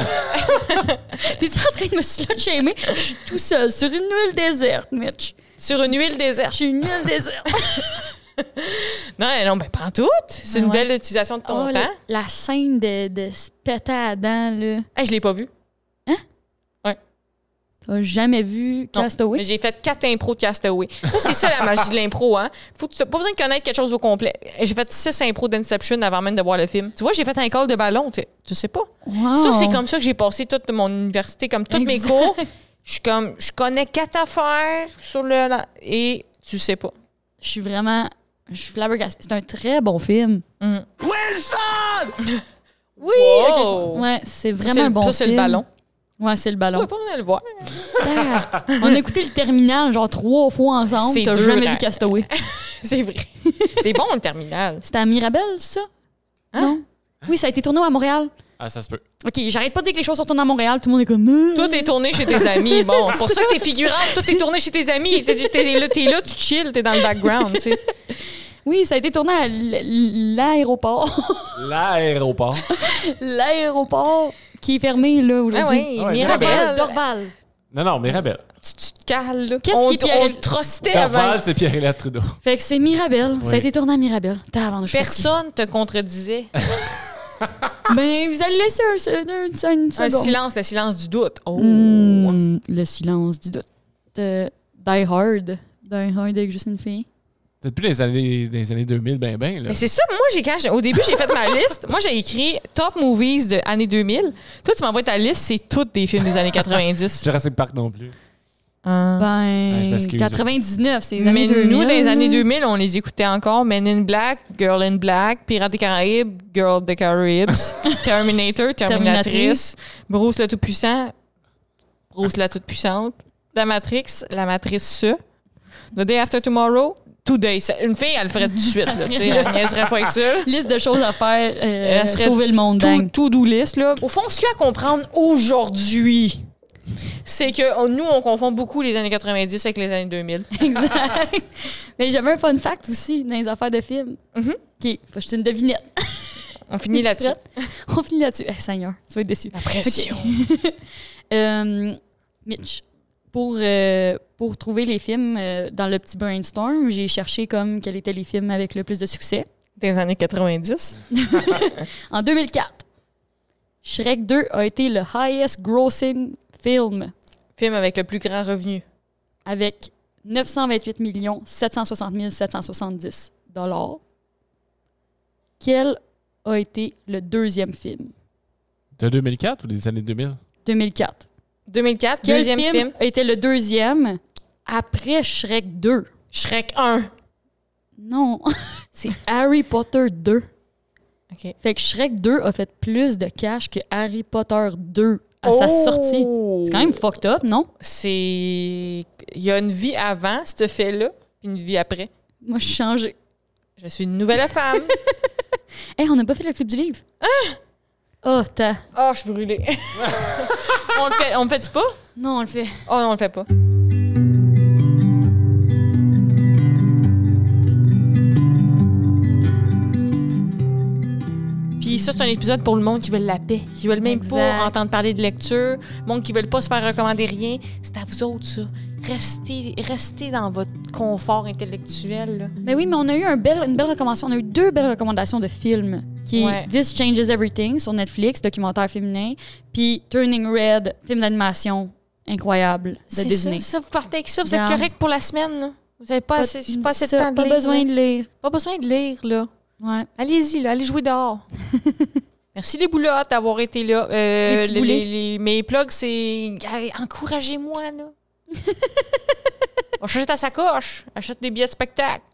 [SPEAKER 2] T'es en train de me slut shamer? Je suis tout seul sur une île déserte, Mitch.
[SPEAKER 1] sur une huile
[SPEAKER 2] Je
[SPEAKER 1] déserte.
[SPEAKER 2] suis une île déserte.
[SPEAKER 1] Non, non, ben, pas en tout. C'est
[SPEAKER 2] Ben
[SPEAKER 1] une
[SPEAKER 2] ouais.
[SPEAKER 1] belle utilisation de ton
[SPEAKER 2] Oh,
[SPEAKER 1] temps.
[SPEAKER 2] la, la scène de, de se péter à dents, là.
[SPEAKER 1] Hey, je l'ai pas vu.
[SPEAKER 2] T'as jamais vu
[SPEAKER 1] Non,
[SPEAKER 2] Castaway?
[SPEAKER 1] Mais j'ai fait quatre impros de Castaway. Ça, c'est ça la magie de l'impro, hein. Faut que tu t'as pas besoin de connaître quelque chose au complet. J'ai fait six impros d'Inception avant même de voir le film. Tu vois, j'ai fait un call de ballon, tu tu sais pas.
[SPEAKER 2] Wow.
[SPEAKER 1] Ça, c'est comme ça que j'ai passé toute mon université, comme tous mes
[SPEAKER 2] Oh. Exact.
[SPEAKER 1] cours. Je suis comme, je connais quatre affaires sur le. la- et tu sais pas.
[SPEAKER 2] Je suis vraiment... Je suis flabbergastée. C'est un très bon film.
[SPEAKER 5] Wilson
[SPEAKER 2] Oui!
[SPEAKER 1] Wow!
[SPEAKER 2] ok, Ouais,
[SPEAKER 1] Ça,
[SPEAKER 2] c'est
[SPEAKER 1] Oh. c'est
[SPEAKER 2] vraiment
[SPEAKER 1] le-
[SPEAKER 2] un bon
[SPEAKER 1] ça,
[SPEAKER 2] film.
[SPEAKER 1] c'est le ballon.
[SPEAKER 2] Ouais, c'est le ballon.
[SPEAKER 1] On pas venir le voir.
[SPEAKER 2] Ah! On a écouté le terminal genre trois fois ensemble.
[SPEAKER 1] C'est
[SPEAKER 2] T'as
[SPEAKER 1] dur,
[SPEAKER 2] jamais
[SPEAKER 1] hein.
[SPEAKER 2] vu Castaway.
[SPEAKER 1] C'est vrai. c'est bon, le terminal.
[SPEAKER 2] C'était à Mirabel, ça?
[SPEAKER 1] Hein?
[SPEAKER 2] Non? Oui, ça a été tourné à Montréal.
[SPEAKER 4] Ah, ça se peut.
[SPEAKER 2] OK, j'arrête pas de dire que les choses sont tournées à Montréal. Tout le monde est comme... euh.
[SPEAKER 1] Tout est tourné chez tes amis. Bon, c'est pour ça que t'es figurante. Tout est tourné chez tes amis. T'es t'es là, t'es là, tu chill, t'es dans le background, tu sais.
[SPEAKER 2] Oui, ça a été tourné à l- l'aéroport.
[SPEAKER 4] L'aéroport.
[SPEAKER 2] l'aéroport qui est fermé, là,
[SPEAKER 1] Ah
[SPEAKER 2] aujourd'hui.
[SPEAKER 1] oui,
[SPEAKER 4] Ah ouais,
[SPEAKER 1] Mirabel.
[SPEAKER 2] Dorval, Dorval.
[SPEAKER 4] Non, non, Mirabel.
[SPEAKER 1] Tu, tu te cales, là.
[SPEAKER 2] Qu'est-ce
[SPEAKER 1] on,
[SPEAKER 2] qui est Pierre-
[SPEAKER 1] on te trustait avant.
[SPEAKER 4] Dorval, c'est Pierre-Éliott Trudeau.
[SPEAKER 2] Fait que c'est Mirabel. Ça a
[SPEAKER 4] Oui.
[SPEAKER 2] été tourné à Mirabel. T'as avant, je suis
[SPEAKER 1] Personne te contredisait.
[SPEAKER 2] fatiguée. Ben, vous allez laisser un, se- un- une
[SPEAKER 1] Un
[SPEAKER 2] seconde.
[SPEAKER 1] silence, le silence du doute. Oh.
[SPEAKER 2] Hmm, le silence du doute. Euh, Die Hard. Die Hard avec juste une fille.
[SPEAKER 4] Depuis les années, les années 2000, ben ben, là.
[SPEAKER 1] Mais c'est ça, moi, j'ai quand j'ai- au début, j'ai fait ma liste. Moi, j'ai écrit Top Movies de année 2000. Toi, tu m'envoies ta liste, c'est toutes des films des années 90.
[SPEAKER 4] Jurassic Park non plus.
[SPEAKER 1] Hein.
[SPEAKER 2] Ben,
[SPEAKER 4] je m'excuse.
[SPEAKER 2] 99, c'est les
[SPEAKER 1] Mais
[SPEAKER 2] années 2000.
[SPEAKER 1] nous, dans les années
[SPEAKER 2] là.
[SPEAKER 1] 2000, on les écoutait encore. Men in Black, Girl in Black, Pirates des Caraïbes, Girl des Caraïbes, Terminator, Terminatrice,
[SPEAKER 2] Terminatrice.
[SPEAKER 1] Bruce le Tout-Puissant, Bruce la Toute-Puissante, La Matrix, La Matrice Ce, The Day After Tomorrow, today. Ça- Une fille, elle le ferait tout de suite. Là, tu sais, elle niaiserait pas avec ça.
[SPEAKER 2] Liste de choses à faire, euh,
[SPEAKER 1] Elle serait
[SPEAKER 2] sauver le monde,
[SPEAKER 1] Tout,
[SPEAKER 2] dingue.
[SPEAKER 1] tout do list, là. Au fond, ce qu'il y a à comprendre aujourd'hui, c'est que oh, nous, on confond beaucoup les années 90 avec les années 2000.
[SPEAKER 2] Exact. Mais j'avais un fun fact aussi dans les affaires de films.
[SPEAKER 1] Mhm.
[SPEAKER 2] OK, faut que je te une devinette.
[SPEAKER 1] On finit
[SPEAKER 2] Es-tu
[SPEAKER 1] là-dessus.
[SPEAKER 2] prête? On finit là-dessus. Eh, Seigneur, tu vas être déçu.
[SPEAKER 1] Pression.
[SPEAKER 2] Euh, Mitch, pour, euh, pour trouver les films euh, dans le petit brainstorm, j'ai cherché comme quels étaient les films avec le plus de succès.
[SPEAKER 1] Des années 90.
[SPEAKER 2] En 2004, Shrek 2 a été le highest grossing film
[SPEAKER 1] Film avec le plus grand revenu.
[SPEAKER 2] avec 928 millions 760 770 dollars. Quel a été le deuxième film?
[SPEAKER 4] De 2004 ou des années 2000?
[SPEAKER 2] 2004.
[SPEAKER 1] 2004,
[SPEAKER 2] Quel
[SPEAKER 1] deuxième
[SPEAKER 2] film,
[SPEAKER 1] film.
[SPEAKER 2] était le deuxième après Shrek 2?
[SPEAKER 1] Shrek 1.
[SPEAKER 2] Non, c'est Harry Potter 2.
[SPEAKER 1] OK.
[SPEAKER 2] Fait que Shrek 2 a fait plus de cash que Harry Potter 2 à sa sortie.
[SPEAKER 1] Oh!
[SPEAKER 2] C'est quand même fucked up, non?
[SPEAKER 1] C'est. Il y a une vie avant ce fait-là, puis une vie après.
[SPEAKER 2] Moi, je suis changée.
[SPEAKER 1] Je suis une nouvelle femme.
[SPEAKER 2] Hé, Eh, on n'a pas fait le club du livre. Ah! Oh, t'as.
[SPEAKER 1] Oh, je suis brûlée. on le fait, on le fait pas?
[SPEAKER 2] Non, on le fait.
[SPEAKER 1] Oh, non, on le fait pas. Puis ça, c'est un épisode pour le monde qui veut la paix, qui veut même
[SPEAKER 2] Exact.
[SPEAKER 1] pas entendre parler de lecture, monde qui veulent pas se faire recommander rien. C'est à vous autres, ça. Restez, restez dans votre confort intellectuel. là.
[SPEAKER 2] Mais Ben oui, mais on a eu un bel- une belle recommandation. On a eu deux belles recommandations de films. Qui est
[SPEAKER 1] Ouais.
[SPEAKER 2] This Changes Everything sur Netflix, documentaire féminin. Puis Turning Red, film d'animation incroyable de
[SPEAKER 1] C'est
[SPEAKER 2] Disney.
[SPEAKER 1] Ça, Ah, ça, vous partez avec ça, vous êtes
[SPEAKER 2] Down.
[SPEAKER 1] correct pour la semaine. là. Vous n'avez pas, assez, pas assez de
[SPEAKER 2] ça,
[SPEAKER 1] temps de
[SPEAKER 2] pas
[SPEAKER 1] lire.
[SPEAKER 2] besoin
[SPEAKER 1] là.
[SPEAKER 2] de lire.
[SPEAKER 1] Pas besoin de lire, là.
[SPEAKER 2] Ouais.
[SPEAKER 1] Allez-y, là, allez jouer dehors. Merci les boulottes d'avoir été là. Euh,
[SPEAKER 2] Les petits
[SPEAKER 1] les-
[SPEAKER 2] boulets.
[SPEAKER 1] les- les- mes plugs, c'est euh, Allez, encouragez-moi, là. On va changer ta sacoche. Achète des billets de spectacle.